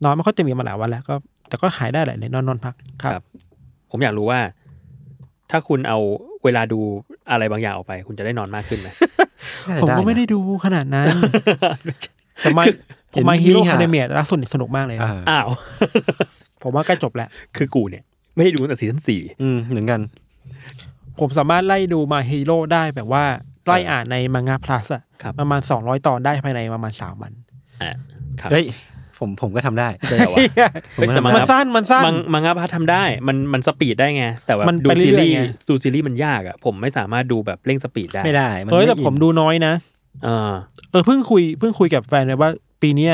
Speaker 4: นอนไม่ค่อยเต็มอิ่มมาหลายวันแล้วก็แต่ก็หายได้แหละในนอนนอนพักครับ
Speaker 2: ๆ ผมอยากรู้ว่า ถ้าคุณเอาเวลาดูอะไรบางอย่างออกไป คุณจะได้นอนมาก
Speaker 4: *laughs*
Speaker 2: ขึ้นไหม
Speaker 4: ผมก็ไม่ได้ดูขนาดนั้น แต่ไม่ผมมาฮีโร่คาเดเมียล่าสุดนี่สนุกมากเลยนะ
Speaker 2: อ้าว
Speaker 4: ผมว่าใกล้จบแล้ว
Speaker 2: คือกูเนี่ย ไม่ได้ดูตั้งแต่ซีซั่นสี่
Speaker 3: อืมเหมือนกัน
Speaker 4: ผมสามารถไล่ดูมาฮีโร่ได้แบบว่าไล่อ่านในมังงะพลัสอะ
Speaker 2: ครับ
Speaker 4: ประมาณ 200 ตอนได้ภายในประมาณ 3 วัน
Speaker 2: อ่ะครับ
Speaker 3: เฮ้ยผมผมก็ทำได้
Speaker 2: เจ๋งว่ะเฮ้ยแต่มัง
Speaker 4: มัน
Speaker 2: งะ
Speaker 4: สั้นมันสั้น
Speaker 2: มังมังงะพัททำได้ มันมันสปีดได้ไง แต่ว่า
Speaker 4: มัน
Speaker 2: ดู
Speaker 4: ไปเรื่
Speaker 2: ซีรี
Speaker 4: อยๆ
Speaker 2: ส์
Speaker 4: ไง
Speaker 2: ดูซีรีส์มันยากอ่ะ ผมไม่สามารถดูแบบเร่งสปีดได้
Speaker 3: ไม่ได้น
Speaker 4: เฮ้ยแต่
Speaker 3: ไอิน
Speaker 4: ผมดูน้อยนะ
Speaker 2: เออ
Speaker 4: เออเพิ่งคุยเพิ่งคุยกับแฟนเลยว่า ปีเนี้ย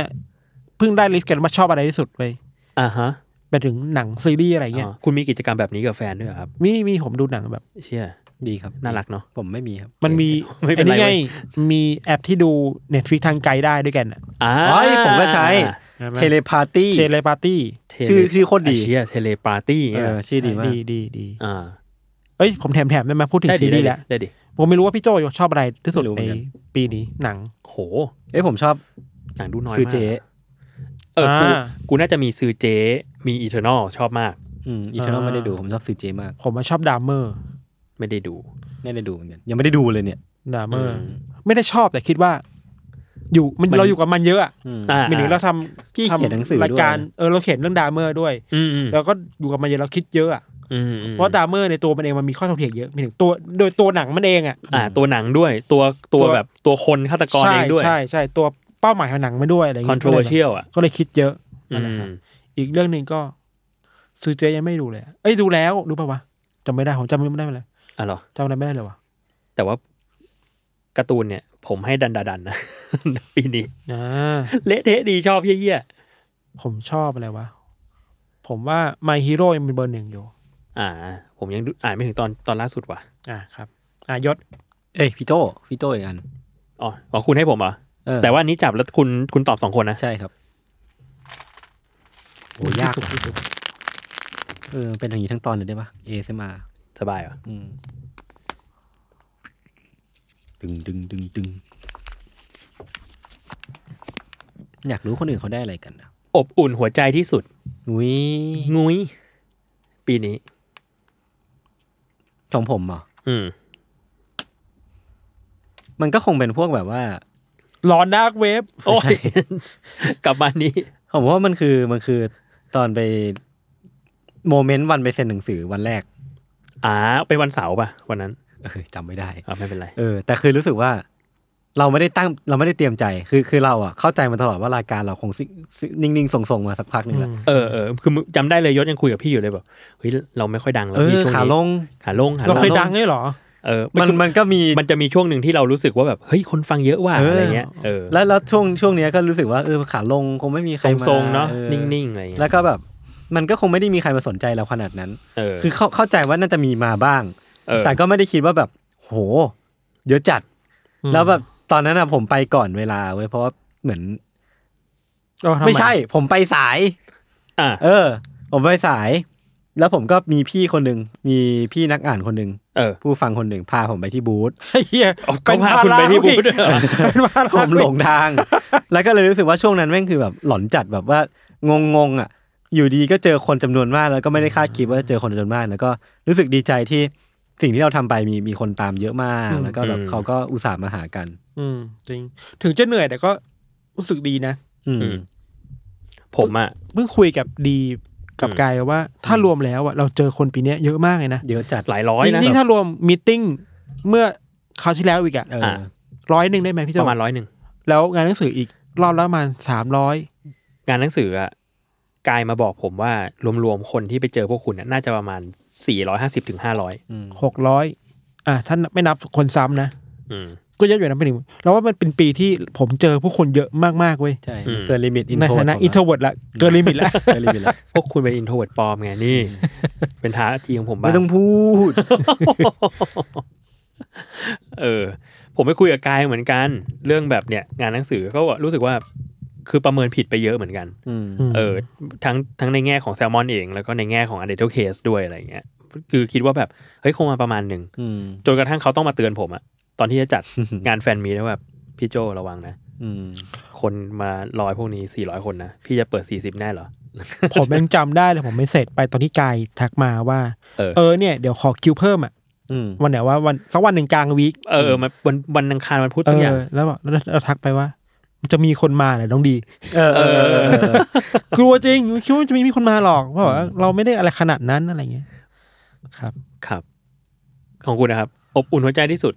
Speaker 4: เพิ่งได้ลิสต์กันว่าชอบอะไรที่สุดไป
Speaker 2: อ่าฮะ
Speaker 4: ไปถึงหนังซีรีส์อะไรเงี้ย
Speaker 2: อ๋อคุณมีกิจกรรมแบบนี้กับแฟนด้วยเหรอครับ
Speaker 4: มีมีผมดูหนังแบบ
Speaker 2: เชี่ย
Speaker 3: ดีครับ
Speaker 2: น่ารักเนาะ
Speaker 3: ผมไม่มีครับ
Speaker 4: มันมี
Speaker 2: ไม่เป็นไร
Speaker 4: อ้ไง
Speaker 2: เว้ย
Speaker 4: มีแอปที่ดู Netflix ทางไกลได้ด้วยกันอะ
Speaker 2: อ๋
Speaker 3: อ๋อผมก็ใช้เทเลพาร์ตี้
Speaker 4: เชเลปาร์ตี้
Speaker 3: ชื่อชื่อโคตรดี
Speaker 2: เชียเทเลปาร์ตี้
Speaker 3: เอ
Speaker 2: เงี้ย
Speaker 3: อชื่อดีมาก
Speaker 4: ดีดีดี
Speaker 2: อ่า
Speaker 4: เอ้ยผมแถมแถมได้ไหมพูดถึง
Speaker 2: ได้
Speaker 4: ซี
Speaker 2: ดี
Speaker 4: รีส์แล้ว
Speaker 2: ได้ดิ
Speaker 4: ผมไม่รู้ว่าพี่โจชอบอะไรที่สุด
Speaker 3: ไม่รู้เหมื
Speaker 4: ใน
Speaker 3: อนกัน
Speaker 4: ปีนี้หนัง
Speaker 2: โห
Speaker 3: เอ้ยผมชอบ
Speaker 2: หนังดูน้อย
Speaker 3: ซื้อ
Speaker 2: มาก
Speaker 3: เจ๊
Speaker 2: เออกู
Speaker 4: อ่า
Speaker 2: กูน่าจะมีซื้อเจมีอีเทอร์นอลชอบมาก
Speaker 3: อืมอีเทอร์นอลไม่ได้ดูผมชอบซื้อเจ๊มาก
Speaker 4: ผมว่าชอบดามเมอร์
Speaker 2: ไม่ได้ดู
Speaker 3: ไม่ได้ดูเหมือนกันยังไม่ได้ดูเลยเนี่ย
Speaker 4: ดามเมอร์ ไม่ได้ชอบแต่คิดว่า อยู่มัน
Speaker 2: มัน
Speaker 4: เราอยู่กับมันเยอะอะ
Speaker 3: อืม
Speaker 2: อ่า
Speaker 4: หมายถึงเราทำ
Speaker 3: พี่เขียนหนังสือ
Speaker 4: ทำรายการ
Speaker 3: ด้วย
Speaker 4: เออเราเขียนเรื่องดามเมอร์ด้วย
Speaker 2: อืมอืม
Speaker 4: เราก็อยู่กับมันเยอะเราคิดเยอะอะ
Speaker 2: อืม
Speaker 4: เพราะดามเมอร์ในตัวมันเองมันมีข้อถกเถียงเยอะหมายถึงตัวโดยตัวหนังมันเองอะ
Speaker 2: อ่า ตัวหนังด้วยตัวตัว
Speaker 4: ตัว
Speaker 2: แบบตัวคนฆาตกร
Speaker 4: ใช่
Speaker 2: เองด้วย
Speaker 4: ใช่ใช่ตัวเป้าหมายของหนังมันด้วยอะไรอย่างเงี้ยก็เลย
Speaker 2: controversial อ่ะ
Speaker 4: ก็เลยคิดเยอะ
Speaker 2: อื
Speaker 4: นั่นแหละค
Speaker 2: ม
Speaker 4: รับอีกเรื่องหนึ่งก็ซูเจยังไม่ดูเลยอะเอ้ยดูแล้วดูปะวะจำไม่ได้ผมจำไม่ได้เลย
Speaker 2: อ่ะเหรอ
Speaker 4: จำอะไรไม่ได้เลยวะ
Speaker 2: แต่ว่าการ์ตูนเนี่ย ผมให้ดันดาดันนะ *laughs* ปีนี้
Speaker 4: อ่า
Speaker 2: เละเทะดีชอบเยี่ย
Speaker 4: ผมชอบอะไรวะ ผมว่า My Hero ยังเป็นเบอร์หนึ่งอยู่
Speaker 2: ๆอ่า ผมยังดูอ่านไม่ถึงตอนตอนล่าสุดว่ะ
Speaker 4: อ่าครับ อ่ายศ
Speaker 3: เอ้ยพี่โจพี่โจอีกอัน
Speaker 2: อ๋ออ๋อคุณให้ผมเหรอ
Speaker 3: เออ
Speaker 2: แต่ว่าอันนี้จับแล้วคุณคุณตอบสองคนนะ
Speaker 3: ใช่ครับโหยากว่ะเออเป็นอย่างนี้ทั้งตอนเลยได้ปะ ASMR
Speaker 2: สบายเหรอ
Speaker 3: อืมดึงดึงดึงดึงอยากรู้คนอื่นเขาได้อะไรกันนะ
Speaker 2: อบอุ่นหัวใจที่สุด
Speaker 3: นุ้ย
Speaker 2: งุ้ยปีนี้
Speaker 3: ของผมเหรอ่ะ
Speaker 2: อืม
Speaker 3: มันก็คงเป็นพวกแบบว่า
Speaker 4: ร้อนดาร์กเวฟ
Speaker 2: โอ้ย *laughs* กลับมานี้
Speaker 3: ผมว่ามันคือมันคือตอนไปโมเมนต์วันไปเซ็นหนังสือวันแรก *laughs*
Speaker 2: อ่าเป็นวันเสาร์ป่ะ วันนั้น
Speaker 3: เออจำไม่ได้
Speaker 2: อ่าไม่เป็นไร
Speaker 3: เออ แต่คือรู้สึกว่า เราไม่ได้ตั้งเราไม่ได้เตรียมใจ คือคือเราอ่ะเข้าใจมาตลอดว่ารายการเราคงซิซินิ่งๆส่งส่งๆมาสักพักหนึ่งแหละ
Speaker 2: เออเออคือมึงจำได้เลยยศยังคุยกับพี่อยู่เลยแบบเฮ้ยเราไม่ค่อยดังแล้ว
Speaker 3: เอ
Speaker 2: พี่
Speaker 3: อ
Speaker 2: ช่วง
Speaker 3: ขาล
Speaker 2: นี้
Speaker 3: ง
Speaker 2: ขาลงขาล
Speaker 4: เรา
Speaker 2: ง
Speaker 4: เคยดังด้วยเหรอ
Speaker 2: เออ
Speaker 3: มันมันก็มี
Speaker 2: มันจะมีช่วงหนึ่งที่เรารู้สึกว่าแบบเฮ้ยคนฟังเยอะว่ะ
Speaker 3: เอออ
Speaker 2: อะไรเงี้ยเออ
Speaker 3: แล้วแล้วช่วงช่วงเนี้ยก็รู้สึกว่าเออขาลงคงไม่มีใคร
Speaker 2: ทรง
Speaker 3: มา
Speaker 2: ๆเนาะ
Speaker 3: ออ
Speaker 2: นิ่งๆอะไรเงี้ย
Speaker 3: แล้วก็แบบ มันก็คงไม่ได้มีใครมาสนใจเราขนาดนั้น
Speaker 2: เออ
Speaker 3: คือเข้าเข้าใจว่าน่าจะมีมาบ้าง
Speaker 2: เออ
Speaker 3: แต่ก็ไม่ได้คิดว่าแบบ โห เยอะจัด
Speaker 4: อืม
Speaker 3: แล้วแบบตอนนั้นอะผมไปก่อนเวลาเว้ยเพราะว่าเหมือน
Speaker 4: เราทำ
Speaker 3: ไม่ใช่ ผมไปสาย
Speaker 2: อ่ะ
Speaker 3: เออ ผมไปสาย แล้วผมก็มีพี่คนหนึ่งมีพี่นักอ่านคนหนึ่ง
Speaker 2: เออ
Speaker 3: ผู้ฟังคนหนึ่งพาผมไปที่บู *laughs* ธ
Speaker 4: ไอ้เหี้ย
Speaker 2: เอาเขาพาคุณไปที่บูธด้วยเหรอ
Speaker 4: *laughs* เป็นภาระ
Speaker 3: ผมหลงทาง *laughs* แล้วก็เลยรู้สึกว่าช่วงนั้นแม่งคือแบบหลอนจัดแบบว่างงงๆอ่ะ อยู่ดีก็เจอคนจำนวนมาก แล้วก็ไม่ได้คาดคิดว่าจะเจอคนจำนวนมาก แล้วก็รู้สึกดีใจที่สิ่งที่เราทำไปมีมีคนตามเยอะมาก แล้วก็แบบเขาก็อุตส่าห์มาหากัน
Speaker 4: อืมจริง ถึงจะเหนื่อยแต่ก็รู้สึกดีนะ
Speaker 3: อืม
Speaker 2: ผมอ่ะ
Speaker 4: เพิ่งคุยกับดีกับ
Speaker 2: อืม
Speaker 4: กายว่า ถ้ารวมแล้วอะเราเจอคนปีเนี้ยเยอะมากเลยนะ
Speaker 3: เยอะจัด
Speaker 2: หลายร้อยนะ
Speaker 4: ยิ่งๆถ้ารวมมีติ้งเมื่อคราวที่แล้วอีกอะ
Speaker 3: เอออะ
Speaker 4: ร้อยหนึ่งได้ไหมพี่โจ
Speaker 2: ประมาณร้อยหนึ่ง
Speaker 4: แล้วงานหนังสืออีกรอบละประมาณสามร้อย
Speaker 2: งานหนังสืออ่ะกายมาบอกผมว่ารวมๆคนที่ไปเจอพวกคุณน่ะน่าจะประมาณ 450ถึง500
Speaker 3: อืม
Speaker 4: หกร้อยอ่ะถ้าไม่นับคนซ้ำนะ
Speaker 2: อืม
Speaker 4: ก็เยอะอยู่นะเป็นหนึ่งแล้วว่ามันเป็นปีที่ผมเจอผู้คนเยอะมากๆเว้ย
Speaker 3: ใช่
Speaker 2: อืม
Speaker 3: เกินลิมิตอิน
Speaker 4: ใน
Speaker 3: โทร
Speaker 4: ฐานะอินเทอร์เวิร์ดละเกินลิมิตละ
Speaker 3: เกินลิมิตแล้ว
Speaker 2: พวกคุณเป็นอินโทรเวิร์ดปลอมไงนี่ เป็นท้าทีของผมบ้า
Speaker 3: ไม่
Speaker 2: ง
Speaker 3: ต้องพูด
Speaker 2: *laughs* เออ ผมไปคุยกับกายเหมือนกัน เรื่องแบบเนี่ย งานหนังสือก็รู้สึกว่าคือประเมินผิดไปเยอะเหมือนกัน
Speaker 3: อืม
Speaker 2: เออทั้งทั้งในแง่ของแซลมอนเอง แล้วก็ในแง่ของอันเดอร์เคสด้วยอะไรเงี้ยคือคิดว่าแบบเฮ้ยคงมาประมาณหนึ่ง
Speaker 3: อืม
Speaker 2: จนกระทั่งเขาต้องมาเตือนผมอะตอนที่
Speaker 3: *laughs*
Speaker 2: จะจัด งานแฟนมีแล้วาแบบพี่โจระวังนะ
Speaker 3: อืม
Speaker 2: คนมาลอยพวกนี้ 400 คนนะ พี่จะเปิด 40แน่เหรอ
Speaker 4: ผมยังจำได้เลยผมไม่เสร็จไปตอนที่กายทักมาว่า
Speaker 2: เออ
Speaker 4: เออเนี่ยเดี๋ยวขอคิวเพิ่มอ่ะ
Speaker 3: อืม
Speaker 4: วันไหนว่าวันสักวันหนึ่งกลางวีค
Speaker 2: เออมันวันวันอังคารวันพุธ
Speaker 4: เอ
Speaker 2: ทุกอย่าง
Speaker 4: อแล้วบอกแล้วเราทักไปว่า จะมีคนมาเหรอน้องดี
Speaker 3: เออเออเออเออก
Speaker 4: ลัวจริงคิดว่าจะไมมีคนมาหรอกเพราะว่าเราไม่ได้อะไรขนาดนั้นอะไรเงี้ยครับ
Speaker 2: ครับ ของคุณนะครับ อบอุ่นหัวใจที่สุด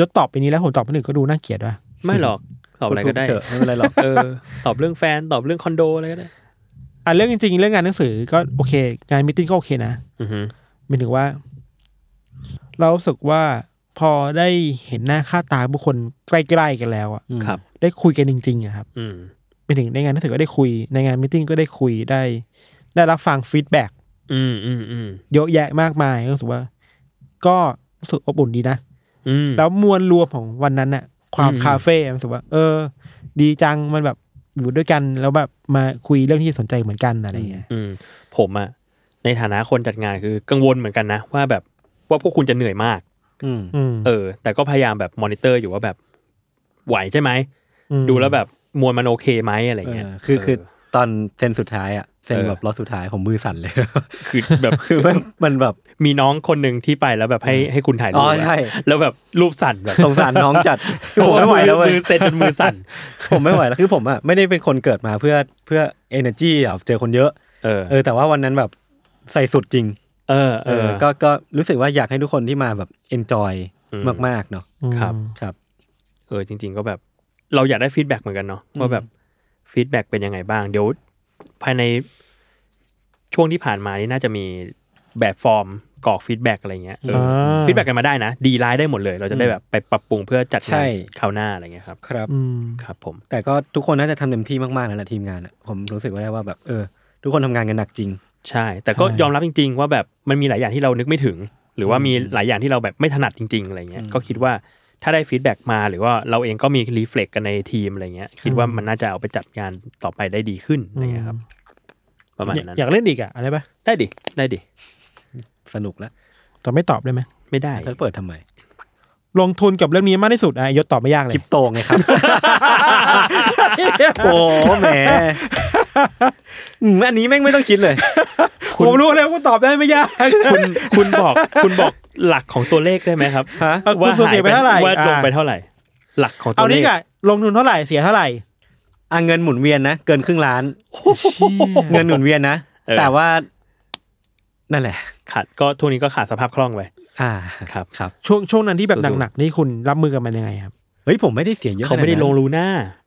Speaker 4: ยศตอบไปนี้แล้วผมตอบไปหนึ่งก็ดูน่าเกลียดว่ะ
Speaker 2: ไม่หรอก ตอบอะไรก็ได้
Speaker 3: พูๆเถไม่เป็นไรหรอก
Speaker 2: เออ ตอบเรื่องแฟน ตอบเรื่องคอนโดอะไรก็ได้
Speaker 4: อ่ะเรื่องจริงๆ เรื่องงานหนังสือก็โอเค งานมิทติ้งก็โอเคนะ
Speaker 2: อือฮึ
Speaker 4: หมายถึงว่า เรารู้สึกว่าพอได้เห็นหน้าค่าตาบุคคลใกล้ๆกันแล้วอะ
Speaker 3: อืม
Speaker 2: ครับ
Speaker 4: ได้คุยกันจริงๆอะครับ
Speaker 2: อืม
Speaker 4: หมายถึงในงานหนังสือก็ได้คุยในงานมิทติ้งก็ได้คุยได้ ได้รับฟังฟีดแบ็ก
Speaker 2: อืมอืมอืม
Speaker 4: เยอะแยะมากมายรู้สึกว่า ก็รู้สึกอบอุ่นดีนะ
Speaker 2: อืม
Speaker 4: แล้วมวลรวมของวันนั้นน่ะ ความ
Speaker 2: อืม
Speaker 4: คาเฟ่อะรู้สึกว่า เออ ดีจังมันแบบอยู่ด้วยกันแล้วแบบมาคุยเรื่องที่สนใจเหมือนกันอะไรอย่างเงี้ย
Speaker 2: อืมผมอะในฐานะคนจัดงานคือกังวลเหมือนกันนะ ว่าแบบว่าพวกคุณจะเหนื่อยมาก
Speaker 3: อืม
Speaker 4: อืม
Speaker 2: เออ แต่ก็พยายามแบบมอนิเตอร์อยู่ว่าแบบไหวใช่ไหม
Speaker 4: ม
Speaker 2: ดูแล้วแบบมวลมันโอเคไหมอะไรเงี้ย
Speaker 3: เออคือคือ
Speaker 2: เ
Speaker 3: ตอนเซนสุดท้ายอ่ะเซน
Speaker 2: เออ
Speaker 3: แบบรอบสุดท้ายผมมือสั่นเลย
Speaker 2: คือแบบ
Speaker 3: *laughs* คือมันมันแบบ
Speaker 2: มีน้องคนหนึ่งที่ไปแล้วแบบให้ให้คุณถ่ายรู
Speaker 3: อ๋อ
Speaker 2: ป
Speaker 3: ใช่
Speaker 2: แล้วแบบรูปสั่นแบบ
Speaker 3: สงสารน้องจัดคือผมไม่ไหวแล้วเว้ย
Speaker 2: มือเซ็นจนมือสั่น
Speaker 3: ผมไม่ไหวแล้วคือผมอ่ะไม่ได้เป็นคนเกิดมาเพื่อเพื่อ energy อ่ะเจอคนเยอะ
Speaker 2: เออ
Speaker 3: เออแต่ว่าวันนั้นแบบใส่สุดจริง
Speaker 2: เออเออ
Speaker 3: ก็ก็รู้สึกว่าอยากให้ทุกคนที่มาแบบ enjoy
Speaker 2: อืม
Speaker 3: มากๆเนาะ
Speaker 4: อืม
Speaker 2: ครับ
Speaker 3: ครับ
Speaker 2: เออจริง ๆ ก็แบบเราอยากได้ฟีดแบ็กเหมือนกันเนาะว่าแบบฟีดแบ็กเป็นยังไงบ้าง เดี๋ยวภายในช่วงที่ผ่านมานี่น่าจะมีแบบฟอร์มกรอกฟีดแบ็กอะไรเงี้ย
Speaker 4: อ่า
Speaker 2: ฟีดแบ็กกันมาได้นะ ดีไลน์ได้หมดเลย เราจะได้แบบไปปรับปรุงเพื่อจัด
Speaker 3: ใช่
Speaker 2: งานคราวหน้าอะไรเงี้ยครับ
Speaker 3: ครับ
Speaker 4: อืม
Speaker 2: ครับผม
Speaker 3: แต่ก็ทุกคนน่าจะทำเต็มที่มากๆแล้วล่ะทีมงานอะผมรู้สึกว่าได้ว่าแบบเออ ทุกคนทำงานกันหนักจริง
Speaker 2: ใช่ แต่ก็
Speaker 4: ใช่
Speaker 2: ยอมรับจริง ๆ ว่าแบบมันมีหลายอย่างที่เรานึกไม่ถึง หรือว่ามีหลายอย่างที่เราแบบไม่ถนัดจริง ๆ อะไรเงี้ยก็คิดว่าถ้าได้ฟีดแบ็กมาหรือว่าเราเองก็มีรีเฟล็กกันในทีมอะไรเงี้ยคิดว่ามันน่าจะเอาไปจัดงานต่อไปได้ดีขึ้นอะไรเงี้ยครับ ประมาณ
Speaker 4: อยาก
Speaker 2: นั้น
Speaker 4: อยากเล่นอีกอะอะไรปะ
Speaker 2: ได้ดิ ได้ดิ
Speaker 3: สนุกแล้ว
Speaker 4: แต่ไม่ตอบได้ไหม
Speaker 2: ไม่ได้
Speaker 3: แล้วเปิดทำไม
Speaker 4: ลงทุนกับเรื่องนี้มากที่สุดอะยศตอบไม่ยากเล
Speaker 3: คริ
Speaker 4: ย
Speaker 3: ปโตไงครับ *laughs* โอ้แหมอืมอันนี้แม่งไม่ต้องคิดเลย
Speaker 2: คุณ
Speaker 4: ผมรู้แล้วว่าตอบได้ไม่ยาก
Speaker 2: คุณคุณบอก *laughs* คุณบอกหลักของตัวเลขได้ไหมครับ
Speaker 3: ฮะ
Speaker 2: ว่า
Speaker 4: คุณสูญ
Speaker 2: หา
Speaker 4: เสี
Speaker 2: ย
Speaker 4: ยไปเท่าไหร่
Speaker 2: ว่า
Speaker 4: อ่า
Speaker 2: ลงไปเท่าไหร่ หลักของตั
Speaker 4: เอา
Speaker 2: วเล
Speaker 4: นี่
Speaker 2: ข
Speaker 4: กะลงทุนเท่าไหร่เสียเท่าไหร่
Speaker 3: อ่ะเงินหมุนเวียนนะ เกินครึ่งล้าน เงินหมุนเวียนนะ แต่ว่า นั่นแหละ
Speaker 2: ขาดก็ทุนนี้ก็ขาดสภาพคล่องไป
Speaker 3: อ่า
Speaker 2: ครับ
Speaker 3: ครับ
Speaker 4: ช่วงช่วงนั้นที่แบบ
Speaker 3: สู้ๆ
Speaker 4: หนักๆนี่คุณรับมือกับมันยังไงครับ
Speaker 3: เฮ้ยผมไม่ได้เสียเยอะ
Speaker 2: เขาไม่ได้
Speaker 3: ข
Speaker 2: ล
Speaker 3: น
Speaker 2: ง
Speaker 3: นั้น
Speaker 2: ลูน่า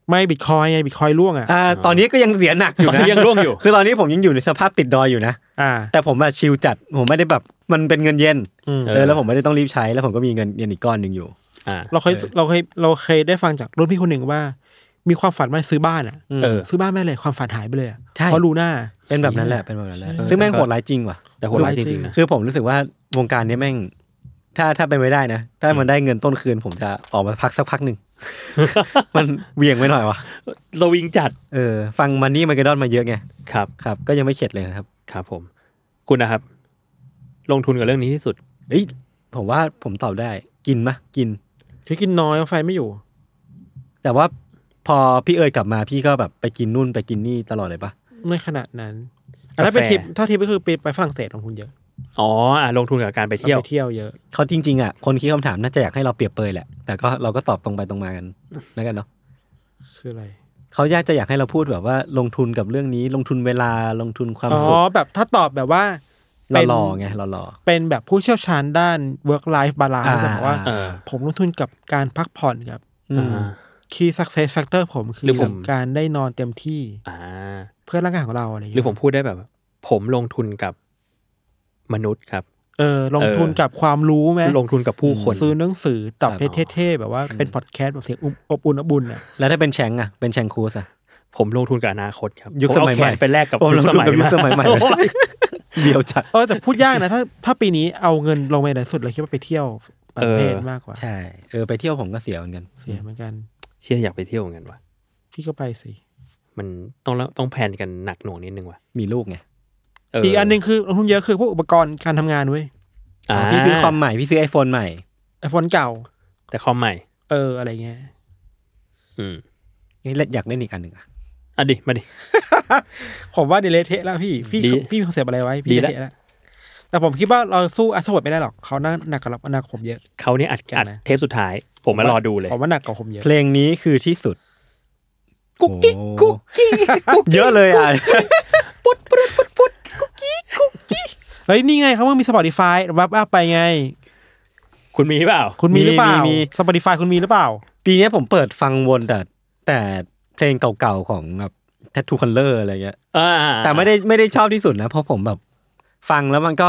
Speaker 4: ไม่บิตคอยไงบิตคอยล่วงอ่ะ
Speaker 3: อ่า ตอนนี้ก็ยังเสียหนักอยู่
Speaker 2: ตอนนี้ *laughs*
Speaker 3: นะ
Speaker 2: ยังร่วงอยู่
Speaker 3: คือตอนนี้ผมยังอยู่ในสภาพติดดอยอยู่นะ
Speaker 4: อ่า
Speaker 3: แต่ผมอะชิลจัด ผมไม่ได้แบบ มันเป็นเงินเย็น
Speaker 4: อืม
Speaker 2: เออ
Speaker 3: เออแล้วผมไม่ได้ต้องรีบใช้ แล้วผมก็มีเงินเย็นอีกก้อนหนึ่งอยู่
Speaker 2: อ่า
Speaker 4: เราเคยเราเคยเราเคยได้ฟังจากรุ่นพี่คนหนึ่งว่า มีความฝันว่าซื้อบ้านอ่ะ
Speaker 2: เออ
Speaker 4: ซื้อบ้านไม่เลยความฝันหายไปเลยอะ
Speaker 3: ใช่
Speaker 4: เพราะลูน่า
Speaker 3: เป็นแบบนั้นแหละ เป็นแบบนั้นแหละ
Speaker 2: เออ
Speaker 3: ซึ่งแม่ง
Speaker 2: แต่ก็
Speaker 3: โหดร้ายจริงว่ะ
Speaker 2: แต่โหดร้ายจริงๆนะ
Speaker 3: คือผมรู้สึกว่าวงการเนี้ยแม่ง ถ้าถ้าเป็นไม่ได้นะ ถ้ามันได้เงินต้นคืน ผมจะออกมาพักสักพักหนึ่ง มันเหวียงไปหน่อยวะ
Speaker 2: เราวิงจัด
Speaker 3: เออ ฟังมันนี่มันกระดอนมาเยอะไง
Speaker 2: *laughs* ครับ
Speaker 3: ครับ ก็ยังไม่เข็ดเลยนะครับ
Speaker 2: ครับผม คุณนะครับ ลงทุนกับเรื่องนี้ที่สุด
Speaker 3: เอ้ยผมว่าผมตอบได้ กินมะกิน
Speaker 4: คือกินน้อยไฟไม่อยู่
Speaker 3: แต่ว่าพอพี่เอ๋ยกลับมาพี่ก็แบบไปกินนู่นไปกินนี่ตลอดเลยปะ
Speaker 4: ไม่ขนาดนั้นอันนั้นเป็น
Speaker 2: กาแฟ
Speaker 4: ทริปถ้าทริปก็คือไปไปฝรั่งเศสลงทุนเยอะ
Speaker 2: อ๋ออ่ะลงทุนกับการไปเที่ยว
Speaker 4: ไปเที่ยวเยอะ
Speaker 3: เขาจริงๆอ่ะคนคิดคำถามน่าจะอยากให้เราเปรียบเปยแหละแต่ก็เราก็ตอบตรงไปตรงมากันแล้วกันเนาะ
Speaker 4: คืออะไร
Speaker 3: เขาอยากจะอยากให้เราพูดแบบว่าลงทุนกับเรื่องนี้ ลงทุนเวลาลงทุนความ
Speaker 4: อ๋อ
Speaker 3: สุข
Speaker 4: แบบถ้าตอบแบบว่า
Speaker 3: เรา
Speaker 4: เป็น
Speaker 3: รอไงเรารอ
Speaker 4: เป็นแบบผู้เชี่ยวชาญด้าน work life balance
Speaker 3: อ่า
Speaker 4: ที่บอกว่า
Speaker 2: เออ
Speaker 4: ผมลงทุนกับการพักผ่อนกับ
Speaker 3: อืม
Speaker 2: อ่า
Speaker 4: key success factor ผมคื
Speaker 2: หรือ
Speaker 4: อ
Speaker 2: ผม
Speaker 4: การได้นอนเต็มที่
Speaker 2: อ่า
Speaker 4: เพื่อร่างกายของเราอะไรอย่าง
Speaker 2: หรือ
Speaker 4: เงี้ย
Speaker 2: ผมพูดได้แบบ ผมลงทุนกับมนุษย์ครับ
Speaker 4: เออลงทุนกับความรู้ไหม
Speaker 2: ลงทุนกับผู้คน
Speaker 4: ซื้อหนังสือตอบ
Speaker 3: ครับ
Speaker 4: เท่ๆแบบว่าเป็นพอดแคสต์แบบเสียงอบอุ่นอบอุ่นอ่ะ
Speaker 3: แล้วถ้าเป็นแชงก์อ่ะ เป็นแชงคูสอ่ะ
Speaker 2: ผมลงทุนกับอนาคตครับ
Speaker 3: ยุคสมัยใหม่
Speaker 2: ผเอาแขนไปแลกกับ
Speaker 3: ผมลงทุนกับยุคสมัยใหม่
Speaker 2: โอ้ย
Speaker 3: เดียวจัด
Speaker 4: เออแต่พูดยากนะถ้าถ้าปีนี้เอาเงินลงไปในสุดเราคิดว่าไปเที่ยวต่างประเทศมากกว่า
Speaker 3: ใช่ เออ ไปเที่ยวผมก็เสียเหมือนกัน
Speaker 4: เสียเหมือนกัน
Speaker 2: เชื่ออยากไปเที่ยวเหมือนกันว่ะ
Speaker 4: พี่ก็ไปสิ
Speaker 2: มันต้องละต้องแพลนกันหนักหน่วงนิดนึงว่ะ
Speaker 3: มีลูกไง
Speaker 2: เ
Speaker 4: อีกอันหนึ่งคือลงทุนเยอะคือพวกอุปกรณ์การทำงานเว้ย
Speaker 2: า
Speaker 3: พี่ซื้อคอมใหม่ พี่ซื้อไอโฟนใหม่
Speaker 4: ไอโฟนเก่า
Speaker 2: แต่คอมใหม่
Speaker 4: เอออะไรเงี้ย
Speaker 2: อืม
Speaker 3: นี่เล่นอยากเล่นอีกอันหนึ่งอ่ะ
Speaker 2: อ่ะดิมาดิ
Speaker 4: ผมว่าเดเลเทะแล้วพี่พี่
Speaker 2: ดี
Speaker 4: พี่มีคอนเซปต์อะไรไว้พี่
Speaker 2: ดี
Speaker 4: เด
Speaker 2: แล้ว
Speaker 4: เลเทะแล้วแต่ผมคิดว่าเราสู้อัศวดไม่ได้หรอกเขาน่าหนักกว่าเราหนักกว่าผมเยอะ
Speaker 2: เขาเนี่ยอัด
Speaker 4: จัดนะ
Speaker 2: อัดเทปสุดท้าย ผมมารอดูเลย
Speaker 4: ผมว่าหนักกว่าผมเยอะ
Speaker 3: เพลงนี้คือที่สุด
Speaker 2: กุ๊กกิ๊ก
Speaker 3: โอ้
Speaker 2: กุ๊กกิ๊กกุ๊ก
Speaker 3: เยอะเลยอ่ะ
Speaker 4: เฮ้ยนี่ไงเขาเพิ่งมี Spotify รับอัพไปไง
Speaker 2: คุณมีเปล่า
Speaker 4: คุณมีหรือเปล่า
Speaker 3: มีมีมี
Speaker 4: Spotify คุณมีหรือเปล่า
Speaker 3: *laughs* ปีเนี้ยผมเปิดฟังวนแต่ แต่เพลงเก่าๆของแบบแททูคอนเลอร์อะไรเงี้ย
Speaker 2: อ่า
Speaker 3: แต่ไม่ได้ไม่ได้ชอบที่สุดนะ เพราะผมแบบ ฟังแล้วมันก็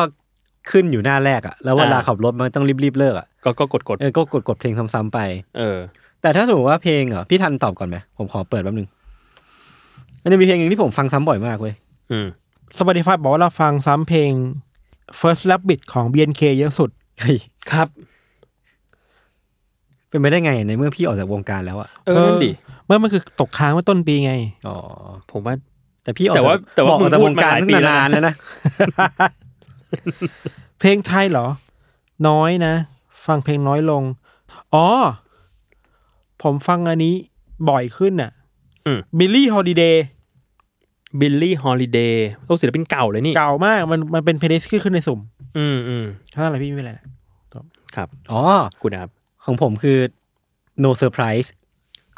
Speaker 3: ขึ้นอยู่หน้าแรกอ่ะ แล้วเวลาขับรถมันต้องรีบๆเลิกอ่ะ
Speaker 2: ก็ก็กดกด
Speaker 3: เออ ก็กดกดเพลงซ้ำๆไป
Speaker 2: เออ
Speaker 3: แต่ถ้าสมมติว่าเพลงเหรอพี่ทันตอบก่อนไหมผมขอเปิดแป๊บนึงมันจะมีเพลงหนึงที่ผมฟังซ้ำบ่อยมากเว้ย *laughs*
Speaker 2: อืม
Speaker 4: Spotify บอกว่าเราฟังซ้ำเพลง First Rabbit ของ BNK เยอะสุด
Speaker 3: เฮ้ย
Speaker 2: ครับ
Speaker 3: เป็นไปได้ไงในเมื่อพี่ออกจากวงการแล้วอะ
Speaker 2: เออนั่นดิ
Speaker 4: ไม่มันคือตกค้างเมื่อต้นปีไง
Speaker 3: อ๋อ
Speaker 2: ผมว่า
Speaker 3: แต่พี่ออก
Speaker 2: แต่ว่า
Speaker 3: จก
Speaker 2: แต่ว่า
Speaker 3: บอกออกจากวงการ
Speaker 2: มึง
Speaker 3: ตั้
Speaker 2: พูดมาหลา
Speaker 3: ง
Speaker 2: ยปี
Speaker 3: นานแล้วนะ
Speaker 4: เพลงไทยเหรอ น้อยนะ ฟังเพลงน้อยลง อ๋อ ผมฟังอันนี้บ่อยขึ้นน่ะ
Speaker 2: อืม
Speaker 4: บิลลี่ฮอลิเดย์
Speaker 2: บิลลี่ฮอลิเดย์โอ้ศิลปินเก่าเลยนี่
Speaker 4: เก่ามาก มันมันเป็นเพลย์ที่ขึ้นในสุ่ม
Speaker 2: อืมอืม
Speaker 4: เท่านั้นแหละพี่ไม่เป็นไรละ
Speaker 2: ครับ
Speaker 3: อ๋อ
Speaker 2: คุณนะครับ
Speaker 3: ของผมคือ no surprise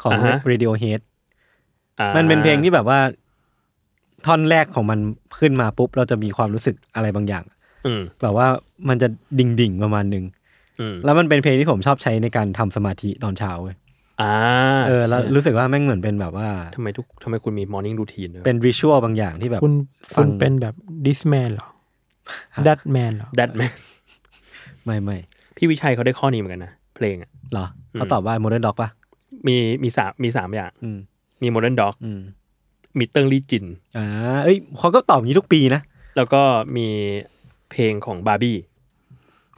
Speaker 3: ของ
Speaker 2: อ่าฮะ
Speaker 3: radiohead
Speaker 2: อ่า
Speaker 3: มันเป็นเพลงที่แบบว่า ท่อนแรกของมันขึ้นมาปุ๊บ เราจะมีความรู้สึกอะไรบางอย่าง
Speaker 2: อืม
Speaker 3: แบบว่ามันจะดิ่งดิ่งๆประมาณหนึ่ง
Speaker 2: อืม
Speaker 3: แล้วมันเป็นเพลงที่ผมชอบใช้ในการทำสมาธิตอนเช้าเว้ย
Speaker 2: อ่า
Speaker 3: เออแล้วรู้สึกว่าแม่งเหมือนเป็นแบบว่า
Speaker 2: ทำไมทุกทำไมคุณมีมอร์นิ่งรูทีนด้วย
Speaker 3: เป็นวิชวลบางอย่างที่แบบ
Speaker 4: คุณ
Speaker 3: ฟั
Speaker 4: คุ
Speaker 3: ง
Speaker 4: ณเป็นแบบดิสแมนเหรอดัตแมนเหรอ
Speaker 2: ดัตแมน
Speaker 3: ไม่ไม่
Speaker 2: พี่วิชัยเขาได้ข้อนี้เหมือนกันนะ เพลงอะ
Speaker 3: เหรอเขาตอบว่า modern dog ป่ะ
Speaker 2: มีมีสามมีสามอย่าง
Speaker 3: อืม
Speaker 2: มีโมเดิร์นด็อก
Speaker 3: อืม
Speaker 2: มีเติงลี่จิน
Speaker 3: อ่าเอ้ยเขาก็ตอบอย่างนี้ทุกปีนะ
Speaker 2: แล้วก็มีเพลงของบาร์บี้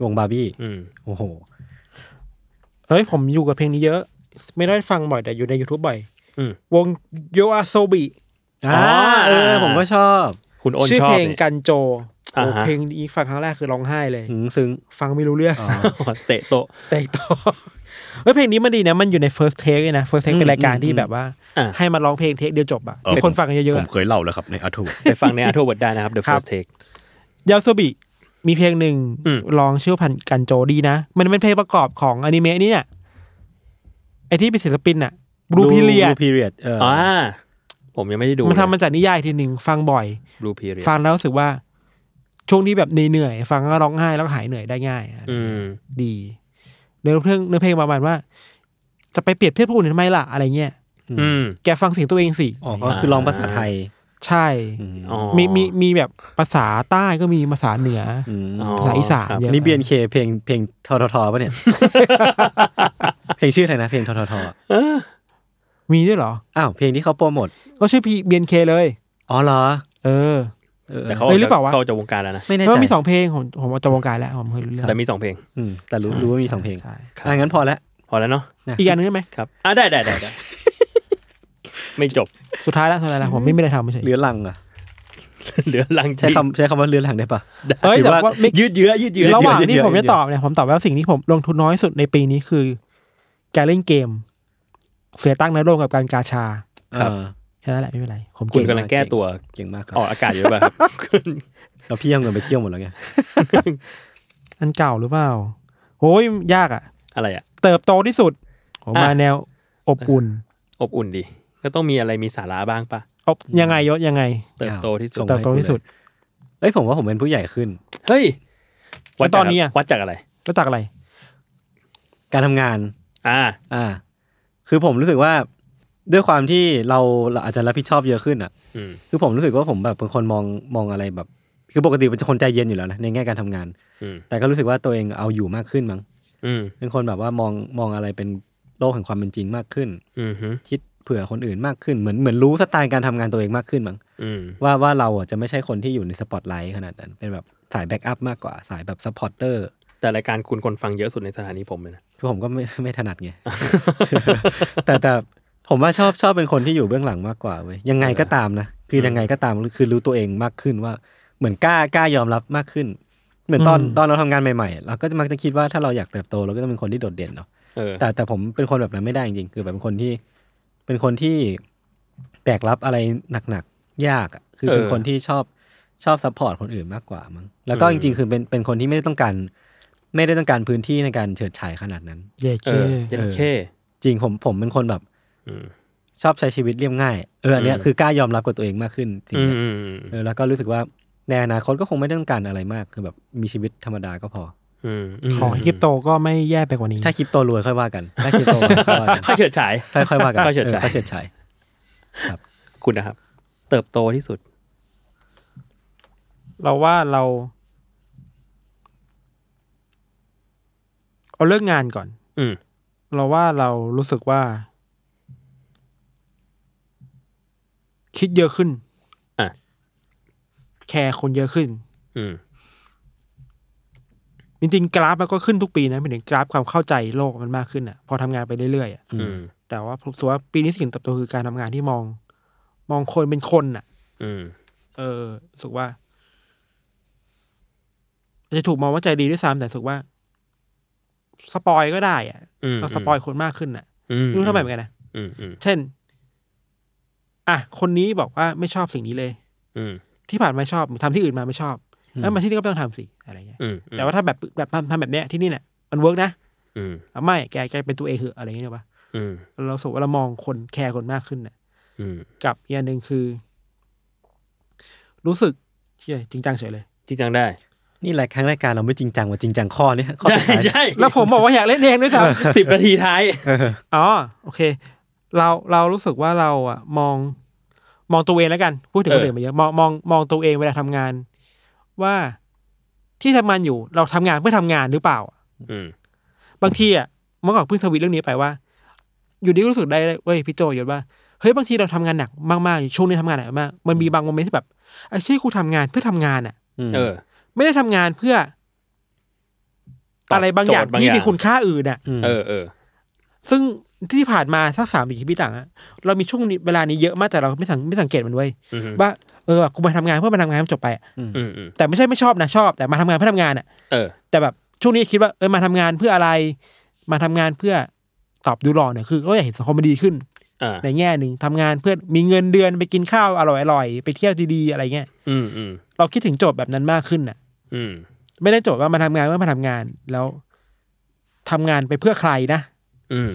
Speaker 3: วงบาร์บี้
Speaker 2: อืม
Speaker 3: โอ้โห
Speaker 4: เฮ้ย ผมอยู่กับเพลงนี้เยอะ ไม่ได้ฟังบ่อยแต่อยู่ใน YouTube บ่อย
Speaker 2: อืม
Speaker 4: วงโยอาโซบิ
Speaker 3: อ่าเออ ผมก็ชอบ
Speaker 2: คุณโอน
Speaker 4: ชื่อ
Speaker 2: ชอบ
Speaker 4: เพลง
Speaker 2: นี่
Speaker 4: กันโจโอ้
Speaker 2: อ่าฮะ
Speaker 4: เพลงนี้ฟังครั้งแรกคือร้องไห้เลย
Speaker 3: หึงซึ้ง
Speaker 4: ฟังไม่รู้เรื่อง
Speaker 2: เตะโตะ
Speaker 4: แต่งตัว *laughs* เฮ้ยเพลงนี้มันดีนะ มันอยู่ใน first take เลยนะ first take เป็นรายการที่แบบว่า
Speaker 2: อ่ะ
Speaker 4: ให้มาร้องเพลงเทคเดียวจบอ่ะ
Speaker 1: เออ
Speaker 4: มีคนฟังเยอะๆ
Speaker 1: ผ
Speaker 4: อะ
Speaker 1: มเคยเล่าแล้วครับในอัทู
Speaker 2: ไปฟังในอาร์ทเวิร์ดได้นะครับ The
Speaker 4: ครับ
Speaker 2: First Take
Speaker 4: ยาวโซบิมีเพลงหนึ่ง
Speaker 2: อืม
Speaker 4: ร้องชื่อพันกันโจดีนะ มันเป็นเพลงประกอบของอนิเมะนี่เนี่ยไอที่เป็นศิลปินอ่ะบลูพิเรีย
Speaker 3: Blue Period เอออ
Speaker 2: อ่าผมยังไม่ได้ดู
Speaker 4: มันทำมาจากนิยายทีหนึ่งฟังบ่อย
Speaker 2: บลูพีเรีย
Speaker 4: ฟังแล้วรู้สึกว่า ช่วงที่แบบเหนื่อยๆฟังแล้วร้องไห้แล้วก็หายเหนื่อยได้ง่ายอะ
Speaker 2: อืม
Speaker 4: ดีเนื้อเพลงเนื้อเพลงประมาณว่า จะไปเปรียบเทียบผู้อื่นทำไมล่ะอะไรเงี้ย
Speaker 2: อืม
Speaker 4: แกฟังเสียงตัวเองสิ
Speaker 3: อ๋อก็คือลองภาษาไทย
Speaker 4: ใช่
Speaker 3: อืม
Speaker 2: อ๋อ
Speaker 4: มีมีมีแบบภาษาใต้ก็มีภาษาเหนืออ
Speaker 3: ม
Speaker 2: อ๋อ
Speaker 4: ภาษาอีสาน
Speaker 2: ครับ
Speaker 4: เยอะ
Speaker 3: นี่เบียนเคเพลงเพลงทอทอทอ
Speaker 4: *laughs*
Speaker 3: ป่ะเนี่ย เพลงชื่ออะไรนะ เพลงทอทอทอ
Speaker 4: มีด้วยเหรอ
Speaker 3: อ้าว เพลงที่เขาโปรโมท
Speaker 4: ก็ชื่อพีเบียนเคเลย
Speaker 3: อ๋อเหรอ
Speaker 4: เออ
Speaker 3: เออ
Speaker 2: แต่เขา
Speaker 4: เอ้ยหรือเปล่าวะ
Speaker 2: เขาจะวงการแล้วนะ
Speaker 3: ไม่
Speaker 4: เพ
Speaker 3: แน่
Speaker 4: ราะ
Speaker 3: ใจ
Speaker 4: ว่ามีสองเพลงผมผมจะวงการแล้วผมเคยรู้เรื่อง
Speaker 2: แต่มีสองเพลง
Speaker 3: อืมแต่รู้รู้ว่ามีสองเพลง
Speaker 4: ใช่
Speaker 2: ครับ
Speaker 3: อ่ะงั้นพอแล้ว
Speaker 2: พอแล้วเนาะ
Speaker 4: อีกอันนึงได้ไหม
Speaker 2: ครับอ่ะได้ได้ได้ได้
Speaker 4: *laughs*
Speaker 2: ไม่จบ *laughs*
Speaker 4: สุดท้ายแล้วสุดท้ายแล้วผมไม่มีอะไรทำเฉย
Speaker 3: เรือลังเหรอ่ะ
Speaker 2: เหลือลัง
Speaker 3: ใช้
Speaker 2: จิง
Speaker 3: คำใช้คำว่าเรือลังได้ปะ
Speaker 4: เอ้ย
Speaker 3: ถือ
Speaker 4: แต่ว่าไม่
Speaker 3: ยืดเยื้อยืดเยื้อ
Speaker 4: ระหว่างที่
Speaker 3: ยืดเยื้
Speaker 4: ผมจะ
Speaker 3: ยืดเยื้
Speaker 4: ตอบเนี่ยผมตอบว่าสิ่งที่ผมลงทุนน้อยสุดในปีนี้คือ การเล่นเกม เสียตั้งค์น้อยลงกับการกาชา
Speaker 3: เออ
Speaker 4: แค่นั้นแหละไม่เป็นไร ผม
Speaker 2: คุ
Speaker 4: เก่
Speaker 2: ณ
Speaker 4: ง
Speaker 2: กำลังแก้ตัว
Speaker 3: เก่งมากครั
Speaker 2: ออบกอากาศอยู่หรือเปล่าครับคุณ
Speaker 3: เราพี่เอาเงินไปเที่ยวหมดแล้วไง
Speaker 4: อันเก่าหรือเปล่าโอ้ยยากอ่ะ
Speaker 2: อะไรอ่ะ
Speaker 4: เติบโตที่สุด ผมมา
Speaker 2: อ่ะ
Speaker 4: แนวอบอุ่น
Speaker 2: อบอุ่นดี ก็ต้องมีอะไรมีสาระบ้างปะ
Speaker 4: อบยังไงยศยังไง
Speaker 2: เติบโตที่สุด
Speaker 4: เติบโตที่สุด
Speaker 3: เอ้ยผมว่าผมเป็นผู้ใหญ่ขึ้น
Speaker 2: เฮ้ยวัดจาก
Speaker 4: แล้วตอนนี้อะ
Speaker 2: วัดจากอะไร
Speaker 4: รู้จักอะไร
Speaker 3: การทำงาน
Speaker 2: อ่า
Speaker 3: อ่า คือผมรู้สึกว่าด้วยความที่เราเราอาจจะรับผิดชอบเยอะขึ้นอ่ะ
Speaker 2: อืม
Speaker 3: คือผมรู้สึกว่าผมแบบเป็นคนมองมองอะไรแบบ คือปกติเป็นคนใจเย็นอยู่แล้วนะในแง่การทำงาน
Speaker 2: อืม
Speaker 3: แต่ก็รู้สึกว่าตัวเองเอาอยู่มากขึ้นมั้ง
Speaker 2: อืม
Speaker 3: เป็นคนแบบว่ามองมองอะไรเป็นโลกแห่งความเป็นจริงมากขึ้น
Speaker 2: อืมฮึ
Speaker 3: คิดเผื่อคนอื่นมากขึ้นเหมือนเหมือนรู้สไตล์การทำงานตัวเองมากขึ้นมั้ง
Speaker 2: อืม
Speaker 3: ว่าว่าเราอ่ะจะไม่ใช่คนที่อยู่ในสปอตไลท์ขนาดนั้น เป็นแบบสายแบ็กอัพมากกว่าสายแบบซัพพอร์เตอร์
Speaker 2: แต่รายการคุณคนฟังเยอะสุดในสถานีผมเลยนะ
Speaker 3: คือผมก็ไม่ไม่ถนัดไง แต่แต่ผมว่าชอบชอบเป็นคนที่อยู่เบื้องหลังมากกว่าเว้ยยังไงก็ตามนะคือยังไงก็ตามคือรู้ตัวเองมากขึ้นว่า เหมือนกล้ากล้ายอมรับมากขึ้น เหมือนตอน
Speaker 4: อืม
Speaker 3: ตอนเราทำงานใหม่ๆเราก็จะมักจะคิดว่าถ้าเราอยากเติบโตเราก็ต้องเป็นคนที่โดดเด่นเนาะ
Speaker 2: เออ
Speaker 3: แต่แต่ผมเป็นคนแบบนั้นไม่ได้จริงๆคือแบบเป็นคนที่ เป็นคนที่แบกรับอะไรหนักๆยากอะคือเป็น
Speaker 2: เออ
Speaker 3: คนที่ชอบชอบซัพพอร์ตคนอื่นมากกว่ามั้งแล้วก็
Speaker 2: อืม
Speaker 3: จริง ๆ คือเป็นเป็นคนที่ไม่ได้ต้องการ ไม่ได้ต้องการพื้นที่ในการเฉิดฉายขนาดนั้น
Speaker 4: เย่
Speaker 2: เอ
Speaker 4: เจ้
Speaker 2: อเย็นเข้
Speaker 3: จริงผมผมเป็นคนแบบ
Speaker 2: อืม
Speaker 3: ชอบใช้ชีวิตเรียบง่าย เอออันเนี้ย
Speaker 2: อืม
Speaker 3: คือกล้ายอมรับกับตัวเองมากขึ้นสิ่ง
Speaker 2: อืม
Speaker 3: เนี้ย
Speaker 2: อืมอืม
Speaker 3: เออแล้วก็รู้สึกว่าในอนาคตก็คงไม่ต้องการอะไรมากคือแบบมีชีวิตธรรมดาก็พอ
Speaker 2: อืม
Speaker 4: ขอให้คริปโตก็ไม่แย่ไปกว่านี้
Speaker 3: ถ้าคริปโตรวยค่อยว่ากันถ้าคริปโตรวยค่อยว่ากัน
Speaker 2: ค่าเฉิดฉาย
Speaker 3: ค่อยๆว่ากัน
Speaker 2: ค่อยเฉิดฉาย
Speaker 3: ค่อยเฉิดฉาย
Speaker 2: คุณนะครับ เติบโตที่สุด
Speaker 4: เราว่าเรา เอาเรื่องงานก่อน
Speaker 2: อืม
Speaker 4: เราว่าเรารู้สึกว่า คิดเยอะขึ้น
Speaker 2: อ่ะ
Speaker 4: แคร์คนเยอะขึ้น
Speaker 2: อืม
Speaker 4: จริงๆกราฟมันก็ขึ้นทุกปีนะเป็นถึงกราฟความเข้าใจโลกมันมากขึ้นอ่ะ พอทำงานไปเรื่อยๆอ่ะ
Speaker 2: อืม
Speaker 4: แต่ว่าผมรู้สึกว่าปีนี้สิ่งเติบโตคือการทำงานที่มอง มองคนเป็นคนอ่ะ
Speaker 2: อืม
Speaker 4: เออรู้สึกว่าอาจจะถูกมองว่าใจดีด้วยซ้ำแต่รู้สึกว่า สปอยก็ได้อ่ะ
Speaker 2: อืม
Speaker 4: เราสปอยคนมากขึ้นอ่ะ
Speaker 2: อื
Speaker 4: ไม่รู้ทำไมเหมือนกันนะ
Speaker 2: อืมอืม
Speaker 4: เช่น อ่ะคนนี้บอกว่าไม่ชอบสิ่งนี้เลย
Speaker 2: อืม
Speaker 4: ที่ผ่านมาชอบทำที่อื่นมาไม่ชอบแล้วมาที่นี่ก็ไม่ต้องทำสิอะไรเงี้ย
Speaker 2: อืม
Speaker 4: แต่ว่าถ้าแบบแบบทำทำแบบเนี้ยที่นี่เนี่ยมันเวิร์กนะ
Speaker 2: อืม
Speaker 4: เอาไม่แกแกเป็นตัวเองเหอะอะไรเงี้ยเนอะปะ
Speaker 2: อืม
Speaker 4: เรารู้สูว่าเรามองคนแคร์คนมากขึ้นน่ะ
Speaker 2: อืม
Speaker 4: กับอีกอย่างหนึ่งคือ รู้สึกเชี่ยจริงจังเฉยเลย
Speaker 2: จริงจังได้
Speaker 3: นี่รายครั้งรายการเราไม่จริงจังว่าจริงจังข้อเนี่ยข้อสุดท้าย
Speaker 2: ใช่
Speaker 4: แล้วผมบอกว่าอยากเล่นเองด้วยซ้
Speaker 2: สิบนาทีท้าย
Speaker 3: เออ
Speaker 4: ำ อ๋อโอเค เราเรารู้สึกว่าเราอ่ะมอง มองตัวเองแล้วกัน พูดถึง
Speaker 2: เอ
Speaker 4: ค
Speaker 2: อ
Speaker 4: นอื่นมาเยอะมองมองมองตัวเองเวลาทำงาน ว่าที่ทำงานอยู่ เราทำงานเพื่อทำงานหรือเปล่า
Speaker 2: อืม
Speaker 4: บางทีอ่ะเมื่อก่อนเพิ่งทวีตเรื่องนี้ไปว่า อยู่ดีก็รู้สึกได้เลยเว้ยพี่โจยศว่าเฮ้ยบางทีเราทำงานหนักมากๆช่วงนี้ทำงานหนักมากมันมีบางโมเมนต์ที่แบบไอ้เชี่ยกูทำงานเพื่อทำงานอ่ะ
Speaker 3: ม
Speaker 2: เออ
Speaker 4: ไม่ได้ทำงานเพื่อ
Speaker 2: ตอบ
Speaker 4: อะไรบางอย่าง
Speaker 2: โจทย์บางอ
Speaker 4: ที่
Speaker 2: ย่าง
Speaker 4: มีคุณค่าอื่นอ่ะ
Speaker 3: ม
Speaker 2: เออเออ
Speaker 4: ซึ่งที่ผ่านมาสักสามปีที่พี่ต่างอะเรามีช่วงนี้เวลานี้เยอะมากแต่เราไม่สังไม่สังเกตมันเว้ย
Speaker 2: อืม
Speaker 4: ว่าเออกูมาทำงานเพื่อมาทำงานให้มันจบไปอะ
Speaker 2: อืมอืม
Speaker 4: แต่ไม่ใช่ไม่ชอบนะชอบ แต่มาทำงานเพื่อทำงานอ่ะ
Speaker 2: เออ
Speaker 4: แต่แบบช่วงนี้คิดว่าเออมาทำงานเพื่ออะไร มาทำงานเพื่อตอบดูหล่อเนี่อยคือก็อยากเห็นสังคมมันดีขึ้น
Speaker 2: อ่า
Speaker 4: ในแง่หนึ่งทำงานเพื่อมีเงินเดือนไปกินข้าวอร่อยๆไปเที่ยวดีๆอะไรเงี้ย
Speaker 2: อืมอืม
Speaker 4: เราคิดถึงโจทย์แบบนั้นมากขึ้นน่ะ
Speaker 2: อืม
Speaker 4: ไม่ได้โจทย์ว่ามาทำงานเพื่อมาทำงานแล้วทำงานไปเพื่อใครนะ
Speaker 2: อืม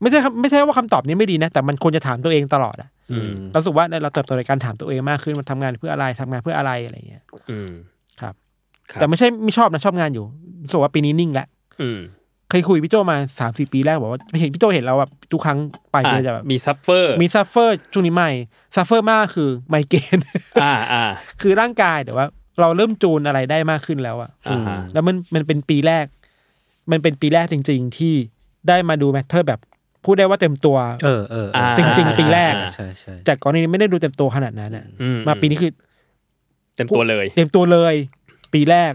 Speaker 4: ไม่ใช่ครับไม่ใช่ว่าคำตอบนี้ไม่ดีนะ แต่มันควรจะถามตัวเองตลอดอะ
Speaker 2: อืม
Speaker 4: เรารู้สึกว่าเราเติบโตในการถามตัวเองมากขึ้นมันทำงานเพื่ออะไรทำงานเพื่ออะไรอะไรเงี้ย
Speaker 2: อืม
Speaker 4: ครับ
Speaker 2: ครับ
Speaker 4: แต่ไม่ใช่ไม่ชอบนะชอบงานอยู่รู้สึกว่าปีนี้นิ่งแล้ว
Speaker 2: อืม
Speaker 4: เคยคุยพี่โจมาสามสี่ปีแรกบอกว่าเห็นพี่โจเห็นเราแบบทุกครั้งไป
Speaker 2: อ่า
Speaker 4: เลยจะแบบ
Speaker 2: มีซัฟเฟอร์
Speaker 4: มีซัฟเฟอร์ช่วงนี้ไม่ซัฟเฟอร์มากคือไมเกรน
Speaker 2: อ่าอ่า
Speaker 4: *laughs* คือร่างกายแต่ว่า เราเริ่มจูนอะไรได้มากขึ้นแล้วอะ
Speaker 2: อ่าฮะ
Speaker 4: แล้วมันมันเป็นปีแรก มันเป็นปีแรกจริง ๆ ที่ได้มาดูแมทเทอร์แบบพูดได้ว่าเต็มตัว
Speaker 3: เออเออเออ
Speaker 2: อ่า
Speaker 4: จริงๆปีแรก
Speaker 3: ใช่
Speaker 2: อ่า
Speaker 3: ใช่ใช่
Speaker 4: จากก่อนหนานี้ไม่ได้ดูเต็มตัวขนาดนั้นอะ
Speaker 2: อื
Speaker 4: มาปีนี้คือ
Speaker 2: เต็มตัวเลย
Speaker 4: เต็มตัวเลย ปีแรก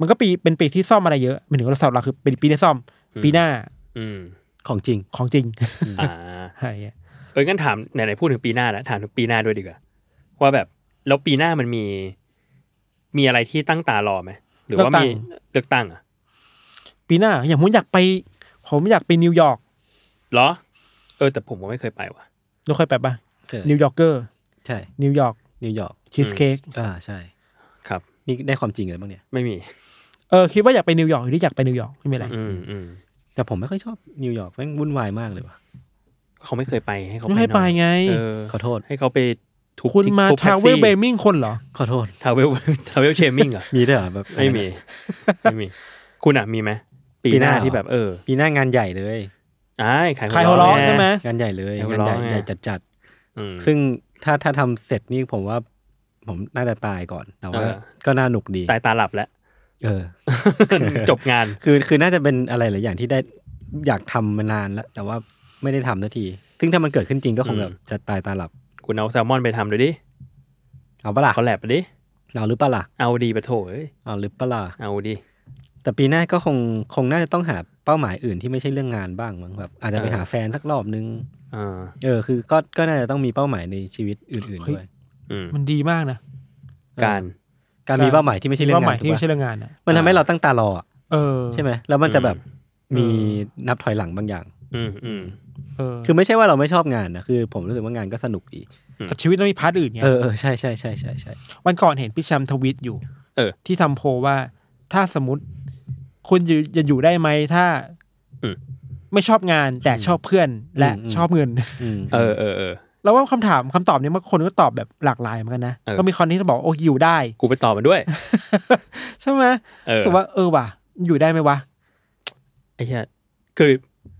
Speaker 4: มันก็ปีเป็นปีที่ซ่อมอะไรเยอะหมายถึงว่าสำหรับเราคือเป็นปีที่ซ่อม
Speaker 2: อืม
Speaker 4: ปีหน้า
Speaker 2: อืม
Speaker 3: ของจริง
Speaker 4: ของจริง *laughs*
Speaker 2: อ่า
Speaker 4: อะไรเงี้ย
Speaker 2: เอ้ยงั้นถามไหนๆพูดถึงปีหน้าแล้วถามถึงปีหน้าด้วยดีกว่าว่าแบบแล้วปีหน้ามันมี มีอะไรที่ตั้งตารอไหมหรือว่ามีเลือกตั้งอ่ะ
Speaker 4: ปีหน้า อย่างผมอยากไป ผมอยากไปนิวยอร์ก
Speaker 2: เหรอ เออ แต่ผมก็ไม่เคยไปว่ะ
Speaker 4: เราเคยไปปะ
Speaker 3: เคย
Speaker 4: นิวยอร์กเกอร์
Speaker 3: ใช่
Speaker 4: นิวยอร์ก
Speaker 3: นิวยอร์ก
Speaker 4: ชีสเค้ก
Speaker 3: อ่าใช่
Speaker 2: ครับ
Speaker 3: นี่ได้ความจริงเลยบ้างเนี่ย
Speaker 2: ไม่มี
Speaker 4: เออคิดว่าอยากไปนิวยอร์กอยู่ที่อยากไปนิวยอร์กไม่เป็นไร
Speaker 2: อืมอืม
Speaker 3: แต่ผมไม่ค่อยชอบนิวยอร์กแม่งวุ่นวายมากเลยว่ะ
Speaker 2: เขาไม่เคยไปให้เขา
Speaker 4: ไม่
Speaker 2: ห
Speaker 4: ให้
Speaker 2: น่อย
Speaker 4: ไปไง
Speaker 2: เออ
Speaker 3: ขอโทษ
Speaker 2: ให้เขาไปถูก
Speaker 4: คุณมา
Speaker 2: ทุบ
Speaker 4: ทา
Speaker 2: แท็ก
Speaker 4: เว
Speaker 2: ซี่
Speaker 4: ลเบมิงคนเหรอ
Speaker 3: ขอโทษ
Speaker 2: ทาวเว *laughs* ลทาวเวลเชมิงอ่ะ
Speaker 3: มีด้วยเหรอแบบ
Speaker 2: ไม่มี ไม่มี คุณอ่ะมีไหมปีหน้า
Speaker 3: ปีหน้าเหรอ
Speaker 2: ที่แบบเออ
Speaker 3: ปีหน้างานใหญ่เลย
Speaker 2: อ้ายขาย
Speaker 4: ขายหัวเราะใช่ไหม
Speaker 2: นะ
Speaker 3: งานใหญ่เลย
Speaker 2: เอา
Speaker 3: งานใหญ่
Speaker 2: ร้อยไง
Speaker 3: ใหญ่จัด
Speaker 2: อืม
Speaker 3: ๆซึ่งถ้าถ้าทำเสร็จนี่ผมว่าผมน่าจะตายก่อน แต่ว่า
Speaker 2: เออ
Speaker 3: ก็น่าหนุกดี
Speaker 2: ตายตาหลับแล้ว *laughs*
Speaker 3: เออ
Speaker 2: จบงาน
Speaker 3: คือคือน่าจะเป็นอะไรหลายอย่างที่ได้อยากทำมานานแล้ว แต่ว่าไม่ได้ทำสักที ซึ่งถ้ามันเกิดขึ้นจริงก็คง
Speaker 2: อืม
Speaker 3: แบบจะตายตาหลับ
Speaker 2: คุณเอาแซลมอนไปทำดูดิ
Speaker 3: เอาปะล่ะ
Speaker 2: เขาแลบไปดิ
Speaker 3: เอาหรือปะล่ะ
Speaker 2: เอาดีปะโถเอ้ย
Speaker 3: เอาหรือปะล่ะ
Speaker 2: เอาดี
Speaker 3: แต่ปีหน้าก็คงคงน่าจะต้องหาเป้าหมายอื่นที่ไม่ใช่เรื่องงานบ้างมั้งแบบอาจจะไป
Speaker 2: เออ
Speaker 3: หาแฟนสักรอบนึง
Speaker 2: อ่า
Speaker 3: เออคือก็ก็น่าจะต้องมีเป้าหมายในชีวิตอื่นๆด้วย
Speaker 2: อืม
Speaker 4: มันดีมากนะ
Speaker 2: การ
Speaker 3: การมีเป้าหมายที่ไม่ใช่เรื่อง
Speaker 4: เป้าหมาง
Speaker 3: าย น
Speaker 4: ที่
Speaker 3: ถูก
Speaker 4: ไม่ใช่
Speaker 3: ปะ
Speaker 4: เรื่องงานอ่ะ
Speaker 3: มันทำให้เราตั้งตารออะ
Speaker 4: เออ
Speaker 3: ใช่ไหมแล้วมันจะแบบ
Speaker 2: อืม
Speaker 3: มีนับถอยหลังบางอย่าง
Speaker 2: อืมอืม
Speaker 4: เออ
Speaker 3: คือไม่ใช่ว่าเราไม่ชอบงานนะคือ ผมรู้สึกว่างานก็สนุกดี
Speaker 2: ม
Speaker 4: แต่ชีวิตต้องมีพาร์ทอื่นไง
Speaker 3: เออเออ *laughs* ใช่ใช่ใช่ใช่ใช่
Speaker 4: วันก่อนเห็นพี่แชมป์ทวิตอยู่
Speaker 2: เออ
Speaker 4: ที่ทำโพลว่า ถ้าสมมติ คุณอยู่จะอยู่ได้ไหมถ้า
Speaker 2: อืม
Speaker 4: ไม่ชอบงานแต่ชอบเพื่อนและชอบเงิน *laughs*
Speaker 3: อืม
Speaker 2: เออเออเออ
Speaker 4: แล้วว่าคำถามคำตอบเนี้บางคนก็ตอบแบบหลากหลายเหมือนกันนะ
Speaker 2: เออ
Speaker 4: ก็มีคนที่บอกว่าโอ้ยอยู่ได้
Speaker 2: กูไปต่อมันด้วย
Speaker 4: ใช่ไหม
Speaker 2: เออ
Speaker 4: รู้สึกว่าเออว่ะอยู่ได้ไหมวะ
Speaker 2: ไอ้เหี้ยคือ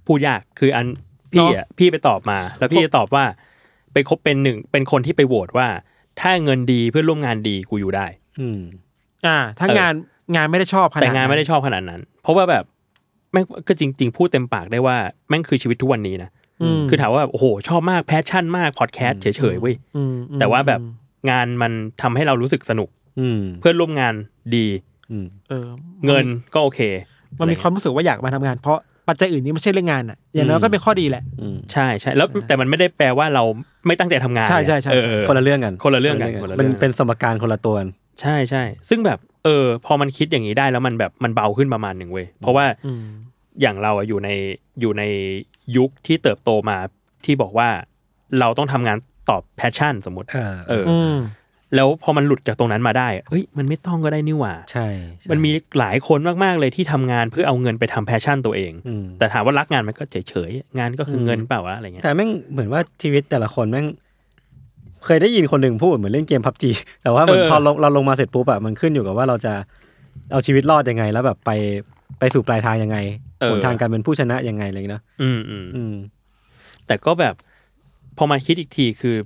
Speaker 2: พูดยากคืออันพี่อ่ะพี่ไปตอบมา แล้วพี่จะตอบว่า ไปคบเป็นหนึ่งเป็นคนที่ไปโหวตว่า ถ้าเงินดีเพื่อนร่วมงานดีกูอยู่ได้
Speaker 3: อืม
Speaker 4: อ่า ถ้า
Speaker 2: เออ
Speaker 4: งานงานไม่ได้ชอบขนาด
Speaker 2: แต่งานไม่ได้
Speaker 4: นั้น
Speaker 2: ชอบขนาดนั้น เพราะว่าแบบแม่งก็จริง ๆ พูดเต็มปากได้ว่าแม่งคือชีวิตทุกวันนี้นะ
Speaker 4: ม
Speaker 2: คือถามว่าแบบโอ้โห ชอบมากแพชชั่นมากพอดแคสต์เฉยๆเว้ย
Speaker 4: อืมอืม
Speaker 2: แต่ว่าแบบงานมันทำให้เรารู้สึกสนุก
Speaker 3: อืม
Speaker 2: เพื่อนร่วมงานดี
Speaker 3: อืม
Speaker 4: เออ
Speaker 2: เงินก็โอเค
Speaker 4: มันมีความรู้สึกว่าอยากมาทำงาน เพราะปัจจัยอื่นนี้ไม่ใช่เรื่องงานอ่ะอย่างน้อยก็เป็นข้อดีแหละ
Speaker 3: อืม
Speaker 2: ใช่ใช่แล้วแต่มันไม่ได้แปลว่าเราไม่ตั้งใจทำงาน
Speaker 4: ใช่ใช่ใช่
Speaker 2: เออเออ
Speaker 3: คนละเรื่องกัน
Speaker 2: คนละเรื่องกัน
Speaker 3: ค
Speaker 2: คน น
Speaker 3: ละ
Speaker 2: ละ
Speaker 3: เรื่อง
Speaker 2: เรื่อนง
Speaker 3: กัมันเป็นสมการคนละตัวกัน
Speaker 2: ใช่ใช่ซึ่งแบบเออพอมันคิดอย่างนี้ได้แล้วมันแบบมันเบาขึ้นประมาณหนึ่งเว้ยเพราะว่า
Speaker 4: อืม
Speaker 2: อย่างเราอะอยู่ในอยู่ในยุคที่เติบโตมาที่บอกว่าเราต้องทำงานตอบแพชชั่นสมมติ
Speaker 3: อ่า
Speaker 2: เอออ
Speaker 4: อืม
Speaker 2: แล้วพอมันหลุดจากตรงนั้นมาได้เอ้ยมันไม่ต้องก็ได้นี่หว่า
Speaker 3: ใช่
Speaker 2: มันมีหลายคนมากๆเลยที่ทำงานเพื่อเอาเงินไปทำแพชชั่นตัวเอง
Speaker 3: อืม
Speaker 2: แต่ถามว่ารักงานมันก็เฉยๆงานก็คืออ
Speaker 3: ม
Speaker 2: เงินเปล่าวะอะไรเงี้ย
Speaker 3: แต่แม่งเหมือนว่าชีวิตแต่ละคนแม่งเคยได้ยินคนหนึ่งพูดเหมือนเล่นเกมพับจี *laughs* แต่ว่าเหมือน
Speaker 2: เออ
Speaker 3: พอเราเราลงมาเสร็จปุ๊บอะมันขึ้นอยู่กับว่าเราจะเอาชีวิตรอดยังไง แล้วแบบไปไปสู่ปลายทางยังไงหนทางการเป็นผู้ชนะยังไงอะไรอย่างเงี้ยเนอะ
Speaker 2: อืมอืม
Speaker 3: อืม
Speaker 2: แต่ก็แบบพอมาคิดอีกทีคือ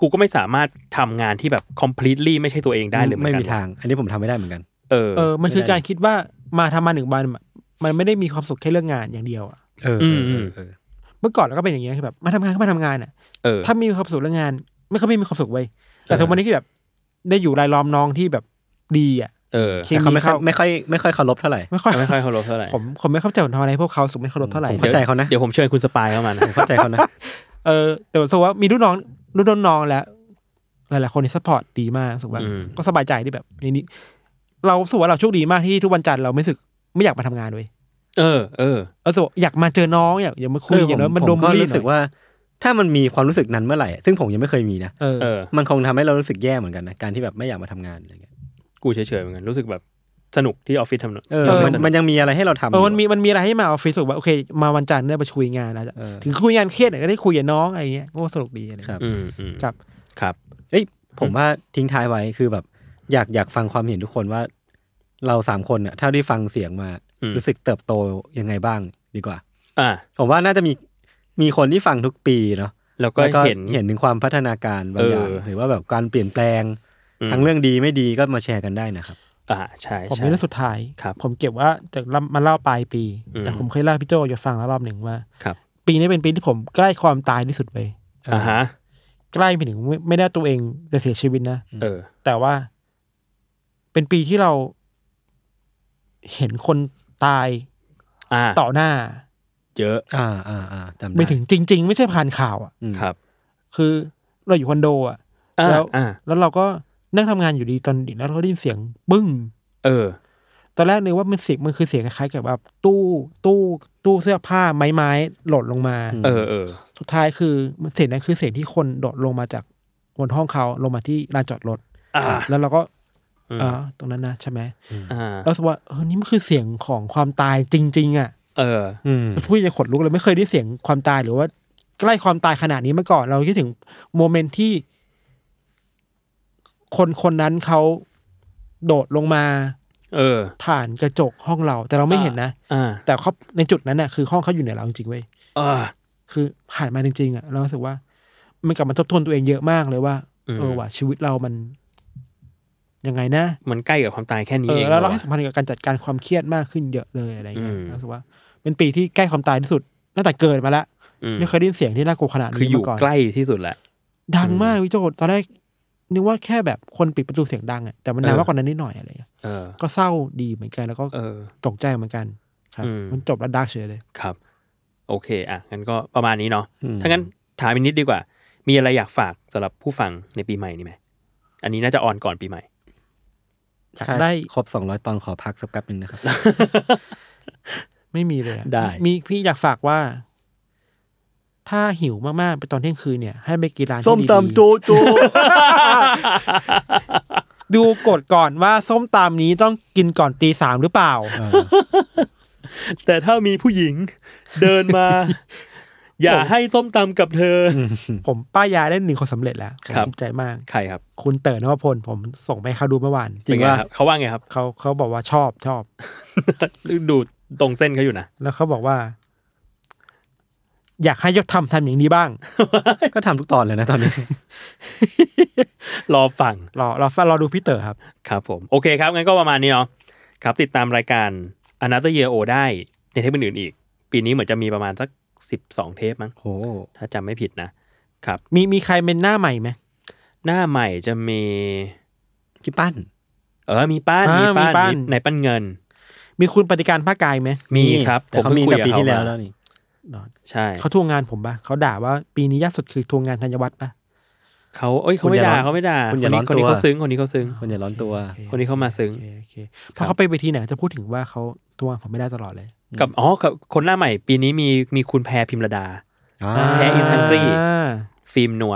Speaker 2: กูก็ไม่สามารถทำงานที่แบบ completely ไม่ใช่ตัวเองได้เลยเหมือน
Speaker 3: ไม่
Speaker 2: กัน
Speaker 3: มีทาง อันนี้ผมทำไม่ได้เหมือนกัน
Speaker 2: เออ
Speaker 4: เออ มันคือการคิดว่ามาทำมาหนึ่งวันอะมันไม่ได้มีความสุขแค่เรื่องงานอย่างเดียวอะ
Speaker 3: เออ
Speaker 2: มอืม
Speaker 3: เออ
Speaker 4: เมื่อก่อนเราก็เป็นอย่างเงี้ยคือแบบมาทำงานก็มาทำงานอ่ะ
Speaker 2: เออ
Speaker 4: ถ้าไม่มีความสุขเรื่องงาน ไม่ค่อยไม่มีความสุขเว้ยแต่ทุกวันนี้คือแบบได้อยู่รายล้อมน้องที่แบบดีอ่ะ
Speaker 2: เออ
Speaker 4: เค
Speaker 3: แต่เขา
Speaker 4: มี
Speaker 3: ไม่ค่อย
Speaker 4: เข้า
Speaker 3: ไม่ค่อยไม่ค่อยเคารพเท่าไหร่
Speaker 4: ไม่ค่อย
Speaker 2: ไม่ค่อยเคารพเท่าไหร่
Speaker 4: ผมผมไม่เข้าใจผมทำอะไรให้พวกเขาสุขไม่เคารพเท่าไหร่
Speaker 3: ผมเข้าใจเขานะ
Speaker 2: เดี๋ยวผมเชิญคุณสปายเข้ามานะ
Speaker 3: ผมเข้าใจเขานะ
Speaker 4: เออแต่ผมรู้สึกว่ามีรุ่นน้องรุ่นน้องแล้ว หลาย ๆ คนที่ซัพพอร์ตดีมากรู้สุขแบบ
Speaker 2: อืม
Speaker 4: ก็สบายใจที่แบบในนี้เรารู้สุขว่าเราโชคดีมากที่ทุกวันจันทร์เราไม่รู้สึกไม่อยากมาทำงานเว้ย
Speaker 2: เออเออ
Speaker 4: เรารู้สุขอยากมาเจอน้องอยากอยากมาคุย
Speaker 3: เออ
Speaker 4: อย่างน้อย
Speaker 3: ผ
Speaker 4: มันดม
Speaker 3: ก็
Speaker 4: บุหรี่
Speaker 3: รู้
Speaker 4: ห
Speaker 3: สึ
Speaker 4: น่อ
Speaker 3: ก
Speaker 4: ย
Speaker 3: ว่า ถ้ามันมีความรู้สึกนั้นเมื่อไหร่อะซึ่งผมยังไม่เคยมีนะ
Speaker 4: เออ
Speaker 2: เออ
Speaker 3: มันคงทำให้เรารู้สึกแย่เหมือนกันนะการที่แบบไม่อยากมาทำงานอะไรเงี้ย
Speaker 2: กูเฉยๆเหมือนกันรู้สึกแบบสนุกที่ออฟฟิศทำหน
Speaker 3: เออ
Speaker 4: เออ
Speaker 3: มันมันยังมีอะไรให้เราทำ
Speaker 4: เออมัน
Speaker 3: ยู่
Speaker 4: มีมันมีอะไรให้มาออฟฟิศรู้สุกว่าโอเค มาวันจันทร์ได้ไปคุยงานนะ
Speaker 3: เออ
Speaker 4: ถึงคุยงานเครียดหน่อยก็ได้คุยกับน้องอะไรเงี้ยก็สนุกดีอะไรเงี้ย
Speaker 3: ครับ
Speaker 2: อืมอืม
Speaker 4: ครับ
Speaker 2: ครับ
Speaker 3: เอ้ยผมว่าทิ้งท้ายไว้คือแบบ อยากอยากฟังความเห็นทุกคนว่า เราสามคนอ่ะเท่าที่ฟังเสียงมา
Speaker 2: อืม
Speaker 3: รู้สึกเติบโตยังไงบ้างดีกว่า
Speaker 2: อ่ะ
Speaker 3: ผมว่าน่าจะมีมีคนที่ฟังทุกปีเนาะ
Speaker 2: แล้วก็
Speaker 3: แล้ว
Speaker 2: เห็น
Speaker 3: เห็นถึงความพัฒนาการบางอย่าง
Speaker 2: เออ
Speaker 3: หรือว่าแบบการเปลี่ยนแปลง
Speaker 2: ม
Speaker 3: ทั้งเรื่องดีไม่ดีก็มาแชร์กันได้นะครับ
Speaker 2: อ่าใช่
Speaker 4: ผม
Speaker 2: ใช่
Speaker 4: มีเรื่องสุดท้าย
Speaker 2: ครับ
Speaker 4: ผมเก็บว่าจากเล่ามาเล่าปลายปี
Speaker 2: อืม
Speaker 4: แต่ผมเคยเล่าให้พี่โจอยู่ฟังแล้วรอบหนึ่งว่า
Speaker 2: ครับ
Speaker 4: ปีนี้เป็นปีที่ผมใกล้ความตายที่สุดไป
Speaker 2: อ่าฮะ
Speaker 4: ใกล้ไปถึงไม่ไม่ได้ตัวเองจะเสียชีวิตนะ
Speaker 2: เออ
Speaker 4: แต่ว่า เป็นปีที่เรา เห็นคนตาย
Speaker 2: อ่า
Speaker 4: ต่อหน้า
Speaker 2: เยอะ
Speaker 3: อ่าอ่าอ่าจำได้
Speaker 4: ไปถึงจริง ๆ ไม่ใช่ผ่านข่าวอ่ะ
Speaker 3: อืม
Speaker 2: ครับ
Speaker 4: คือเราอยู่คอนโดอ่ะ
Speaker 2: อ่า
Speaker 4: แล้ว
Speaker 2: อ่า
Speaker 4: แล้วเราก็นั่งทำงานอยู่ดีตอนดึกแล้วเราก็ได้ยินเสียงบึ้ง
Speaker 2: เออ
Speaker 4: ตอนแรกนึกว่ามันเสียงมันคือเสียงคล้ายๆกับแบบตู้ตู้ตู้เสื้อผ้าไม้ไม้หล่นลงมา
Speaker 3: อืม
Speaker 2: เออเออ
Speaker 4: สุดท้ายคือมันเสียงนั้นคือเสียงที่คนโดดลงมาจากบนห้องเขาลงมาที่ลานจอดรถ
Speaker 2: อ่า
Speaker 4: แล้วเราก็
Speaker 2: อืม
Speaker 4: เออตรงนั้นนะใช่ไหม
Speaker 2: อ่า
Speaker 4: เราสึกว่าเออนี่มันคือเสียงของความตายจริง ๆ อ่ะ
Speaker 2: เออ
Speaker 3: อืม
Speaker 4: พูดจะขนลุกเลยไม่เคยได้เสียงความตายหรือว่าใกล้ความตายขนาดนี้มาก่อน เราคิดถึงโมเมนต์ที่ คนคนนั้นเขาโดดลงมา
Speaker 2: เออ
Speaker 4: ผ่านกระจกห้องเรา แต่เราไม่เห็นนะ
Speaker 2: อ่า
Speaker 4: แต่เขาในจุดนั้นน่ะคือห้องเขาอยู่เหนือเราจริงๆเว้ย
Speaker 2: อ่า
Speaker 4: คือผ่านมาจริงๆอ่ะเรารู้สึกว่า มันกลับมาทบทวนตัวเองเยอะมากเลยว่า
Speaker 2: อืม
Speaker 4: เออว่ะชีวิตเรามันยังไงนะ
Speaker 2: มันใกล้กับความตายแค่นี้
Speaker 4: เออ
Speaker 2: เอง
Speaker 4: แล้วเราให้
Speaker 2: หรอ
Speaker 4: สำคัญกับการจัดการความเครียดมากขึ้นเยอะเลยอะไรเงี้ย
Speaker 2: อืม
Speaker 4: รู้สึกว่า เป็นปีที่ใกล้ความตายที่สุดตั้งแต่เกิดมาละ
Speaker 2: อืม
Speaker 4: ไม่เคยได้ยินเสียงที่น่ากลัวขนาด
Speaker 2: คือ
Speaker 4: นี้
Speaker 2: อยู่
Speaker 4: มาก่อน
Speaker 2: ใกล้ที่สุดแหละ
Speaker 4: ดังมากวิโจตอนแรกนึกว่าแค่แบบคนปิดประตูเสียงดังอ่ะแต่มันนาน
Speaker 2: เออ
Speaker 4: มากกว่านั้นนิดหน่อยอะไรเงี้ย
Speaker 2: เออ
Speaker 4: ก็เศร้าดีเหมือนกันแล้วก็
Speaker 2: เออ
Speaker 4: ตกใจเหมือนกัน ครับ
Speaker 2: อืม
Speaker 4: มันจบแล้วดาร์กเฉยเลย
Speaker 2: ครับ โอเค อ่ะงั้นก็ประมาณนี้เนาะ
Speaker 3: อืม
Speaker 2: ถ้างั้นถามอีกนิดดีกว่า มีอะไรอยากฝากสำหรับผู้ฟังในปีใหม่นี่ไหมอันนี้น่าจะออนก่อนปีใหม่
Speaker 4: อยาก
Speaker 3: ถ้า
Speaker 4: ได้
Speaker 3: ครบสองร้อยตอนขอพักสักแป๊บหนึ่งนะครับ
Speaker 4: ไม่มีเลยอะ
Speaker 2: ได้
Speaker 4: มีพี่อยากฝากว่า ถ้าหิวมากๆไปตอนเที่ยงคืนเนี่ย ให้ไปกินร้านที่
Speaker 3: ส้ม
Speaker 4: ดี
Speaker 3: ตำ
Speaker 4: ๆ
Speaker 3: โจโจ
Speaker 4: ดูกฎก่อนว่าส้มตำนี้ต้องกินก่อนตีสามหรือเปล่า
Speaker 2: แต่ถ้ามีผู้หญิง *laughs* เดินมา อย่าให้ต้มตำกับเธอ
Speaker 4: ผมป้ายยาได้หนึ่งคนสำเร็จแล้วผม
Speaker 2: ครับ
Speaker 4: ภูมิใจมาก
Speaker 2: ใครครับ
Speaker 4: คุณเต๋อนวพลผมส่งไปให้เขาดูเมื่อวาน
Speaker 3: จริง
Speaker 2: เป็น
Speaker 3: ว่า
Speaker 2: ไคบเขาว่าไงครับ
Speaker 4: เขาเขาบอกว่าชอบชอบ
Speaker 2: ดูตรงเส้นเขาอยู่นะ
Speaker 4: แล้วเขาบอกว่า อยากให้ยศทำทำอย่างนี้บ้าง
Speaker 3: ก็ทำทุกตอนเลยนะตอนนี้
Speaker 2: รอฟัง
Speaker 4: รอรอรอดูพี่เต๋อครับ
Speaker 2: ครับผม โอเคครับ งั้นก็ประมาณนี้เนาะครับติดตามรายการ Another Year O ได้ในเทปอื่นๆอีก ปีนี้เหมือนจะมีประมาณสัก 12 เทปมั้ง
Speaker 3: โห
Speaker 2: ถ้าจำไม่ผิดนะ ครับ
Speaker 4: มีมีใครเป็นหน้าใหม่ไหม
Speaker 2: หน้าใหม่จะมี
Speaker 3: พี่ปั้น
Speaker 2: เออมีป้าน
Speaker 4: อ่า
Speaker 2: มี
Speaker 4: มี
Speaker 2: ป้าน
Speaker 4: ป้าน
Speaker 2: มีในปั้นเงิน
Speaker 4: มีคุณปฏิการภาคกายไหม
Speaker 2: มีครับ
Speaker 3: แต่เขามี
Speaker 2: พิ่งคุ
Speaker 3: แต่
Speaker 2: ยกับ
Speaker 3: ปีที่
Speaker 2: เขา
Speaker 3: แล้ว
Speaker 2: มา
Speaker 3: แล้วนี่
Speaker 2: ใช่
Speaker 4: เขาทวงงานผมปะเขาด่าว่าปีนี้ยากสุดคือทวงงานธัญวัฒน์ปะ
Speaker 2: เขาเอ้ยเขาไม่ด่าเขาไม่ด่า
Speaker 3: คุณอย่าร้อน
Speaker 2: ค
Speaker 3: ตั
Speaker 2: น
Speaker 3: ว
Speaker 2: นี้เขาซึ้งคนนี้เขาซึ้ง
Speaker 3: คุณอย่าร้อนตัว
Speaker 2: คนนี้เขามาซึ้ง
Speaker 4: โอเคโอเคเพราะเขาไปเวทีไหนจะพูดถึงว่าเขาทวงงานผมไม่ได้ตลอดเลย
Speaker 2: กับอ๋อกับคนหน้าใหม่ปีนี้มีมีคุณแพรพิมรดา
Speaker 3: อ่า
Speaker 2: แพ้ East Hungary ฟิล์มนัว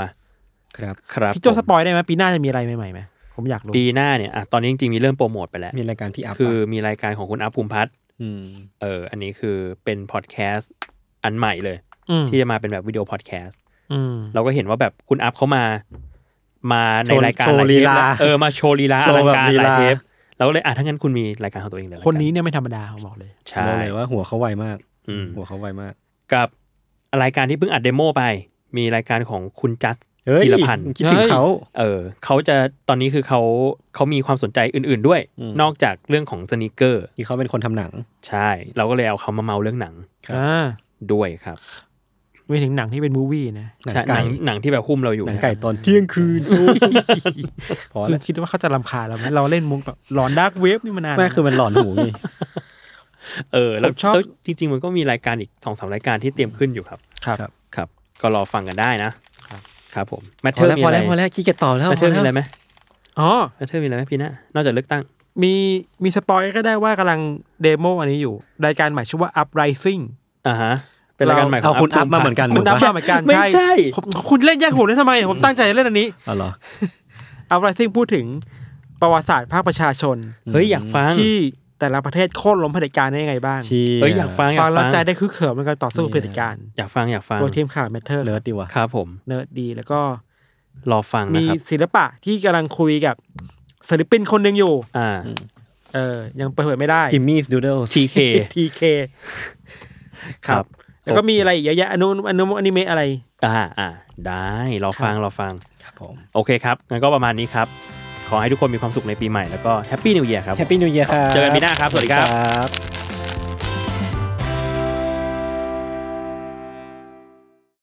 Speaker 3: ครับ
Speaker 2: ครับ
Speaker 4: พี่โจสปอยได้ไหมปีหน้าจะมีอะไรใหม่ๆไหมผมอยากรู้
Speaker 2: ปีหน้าเนี่ยอ่ะตอนนี้จริงๆมีเริ่มโปรโมทไปแล้ว
Speaker 3: มีรายการพี่อัพ
Speaker 2: คือ
Speaker 3: ปะ
Speaker 2: มีรายการของคุณอัพภูมิพัฒน์
Speaker 3: ม
Speaker 2: เอออันนี้คือเป็นพอดแคสต์อันใหม่เลย
Speaker 4: อืม
Speaker 2: ที่จะมาเป็นแบบวิดีโอพอดแคสต์
Speaker 4: อืม
Speaker 2: เราก็เห็นว่าแบบคุณอัพเขามา มาในรายการ
Speaker 3: โช
Speaker 2: ห
Speaker 3: ว์
Speaker 2: ย
Speaker 3: ลี
Speaker 2: เทป
Speaker 3: ลา
Speaker 2: แวเออมาโชว์ลีลา
Speaker 3: โช
Speaker 2: อ
Speaker 3: ว์
Speaker 2: ลัง
Speaker 3: แบบ
Speaker 2: การ
Speaker 3: ลี
Speaker 2: หลาย
Speaker 3: ลา
Speaker 2: เทปเราก็เลยอ่ะถ้างั้นคุณมีรายการของตัวเองเลยละกั
Speaker 4: คนนี้เนี่ยไม่ธรรมดาผมบอกเลย
Speaker 2: ใช่
Speaker 3: บอกเลยว่าหัวเขาไวมาก
Speaker 2: อืม
Speaker 3: หัวเขาไวมาก
Speaker 2: กับรายการที่เพิ่งอัดเดโมไป มีรายการของคุณจัด
Speaker 3: เฮ้ย
Speaker 2: ธีรพันธ์
Speaker 3: มึงคิดถึงเขา
Speaker 2: เออเขาจะตอนนี้คือเขาเขามีความสนใจอื่น ๆด้วย
Speaker 3: อืม
Speaker 2: นอกจากเรื่องของสนิเกอร์
Speaker 3: ที่เขาเป็นคนทำหนัง
Speaker 2: ใช่ เราก็เลยเอาเขามาเมาเรื่องหนัง
Speaker 3: ครับ
Speaker 4: อ่า
Speaker 2: ด้วยครับ
Speaker 4: ไม่ถึงหนังที่เป็นมูวี่นะ
Speaker 3: หนัง
Speaker 2: ใช่ห
Speaker 3: ไก่
Speaker 2: นังหนังที่แบบหุ้มเราอยู่
Speaker 3: หนังไก่ตอนเที่ยงคืนโอ้ยพอ
Speaker 4: คื
Speaker 3: แล้
Speaker 4: อ
Speaker 3: ว
Speaker 4: คิดว่าเขาจะรำคาญเราไหมเราเล่นมุกแบบหลอนดาร์กเวฟนี่มานาน
Speaker 3: แม่คือมันหลอนหูนี่
Speaker 2: เออแล้ว
Speaker 3: ผมชอบ
Speaker 2: แล้วจริง ๆ มันก็มีรายการอีกสองสามรายการที่เตรียมขึ้นอยู่ครับ
Speaker 3: ครับ
Speaker 2: ครับ ก็รอฟังกันได้นะครับ ครับผมแมท
Speaker 3: พ
Speaker 2: เท
Speaker 3: อ
Speaker 2: อร์
Speaker 3: แล้ว
Speaker 2: มี
Speaker 3: พอ
Speaker 2: อะไร
Speaker 3: แล้วพอแล้วขี้เกียจต่อแล้ว
Speaker 2: แมทเทอร์
Speaker 3: พ
Speaker 2: มี
Speaker 3: อ
Speaker 2: อะไร
Speaker 3: แล้ว
Speaker 2: ไหม
Speaker 4: อ๋อ
Speaker 2: แมทเทอร์มีอะไรไหมปีหน้านอกจากเลือกตั้ง
Speaker 4: มีมีสปอยก็ได้ว่ากำลังเดโมอันนี้อยู่ รายการใหม่ชื่อว่า uprising
Speaker 2: อ่าฮะ เป็นรายการใหม่ข
Speaker 3: เอา
Speaker 2: อง
Speaker 3: คุณอัพมาเหมือน
Speaker 2: ภูพั
Speaker 3: กัน
Speaker 4: คุณ
Speaker 3: ถู
Speaker 4: ดับ
Speaker 3: กปะ
Speaker 4: มาเหมือนกัน
Speaker 2: ไม่ใช่
Speaker 4: ผมคุณเล่นแย่งผมเล่นทำไม ผมตั้งใจเล่นอันนี้
Speaker 3: อ๋อเหรอ
Speaker 4: uprising พูดถึงประวัติศาสตร์ภาคประชาชน
Speaker 2: เฮ้ยอยากฟัง
Speaker 4: ที่แต่ละประเทศโค่นล้มเผด็จการได้ยังไงบ้าง
Speaker 3: ชี้
Speaker 2: เฮ้ยอยากฟังอยา
Speaker 4: ฟั
Speaker 2: กฟั
Speaker 4: งแล้ว
Speaker 2: ง
Speaker 4: ใจได้คือเขิมในการต่อสู้กับเผด็จการ
Speaker 2: อยากฟังอยากฟัง
Speaker 4: โดยทีมข่าวแมทเทอร์
Speaker 3: เลิศดีว่ะ
Speaker 2: ครับผม
Speaker 4: เนิร์ดดีแล้วก็
Speaker 2: รอฟัง
Speaker 4: มี
Speaker 2: นะครับ
Speaker 4: ศิลปะที่กำลังคุยกับศิลปินคนหนึ่งอยู่
Speaker 2: อ่า
Speaker 4: เออ ยังเปิดเผยไม่ได้
Speaker 3: จิมมี่สตูดิโอ
Speaker 2: TK
Speaker 4: ทีเคครับ แล้วก็มีอะไรอีกเยอะแยะอนุอนุอนิเมะอะไร
Speaker 2: อ่าอ่าได้รอฟังรอฟัง
Speaker 3: ครับผม
Speaker 2: โอเคครับ งั้นก็ประมาณนี้ครับ ขอให้ทุกคนมีความสุขในปีใหม่แล้วก็แฮปปี้นิว e a ยร์ครับ
Speaker 3: แฮปปี้นิวเยียร์ครับ
Speaker 2: เจอกันปีหน้าครับสวัสดีครับ
Speaker 3: ครับ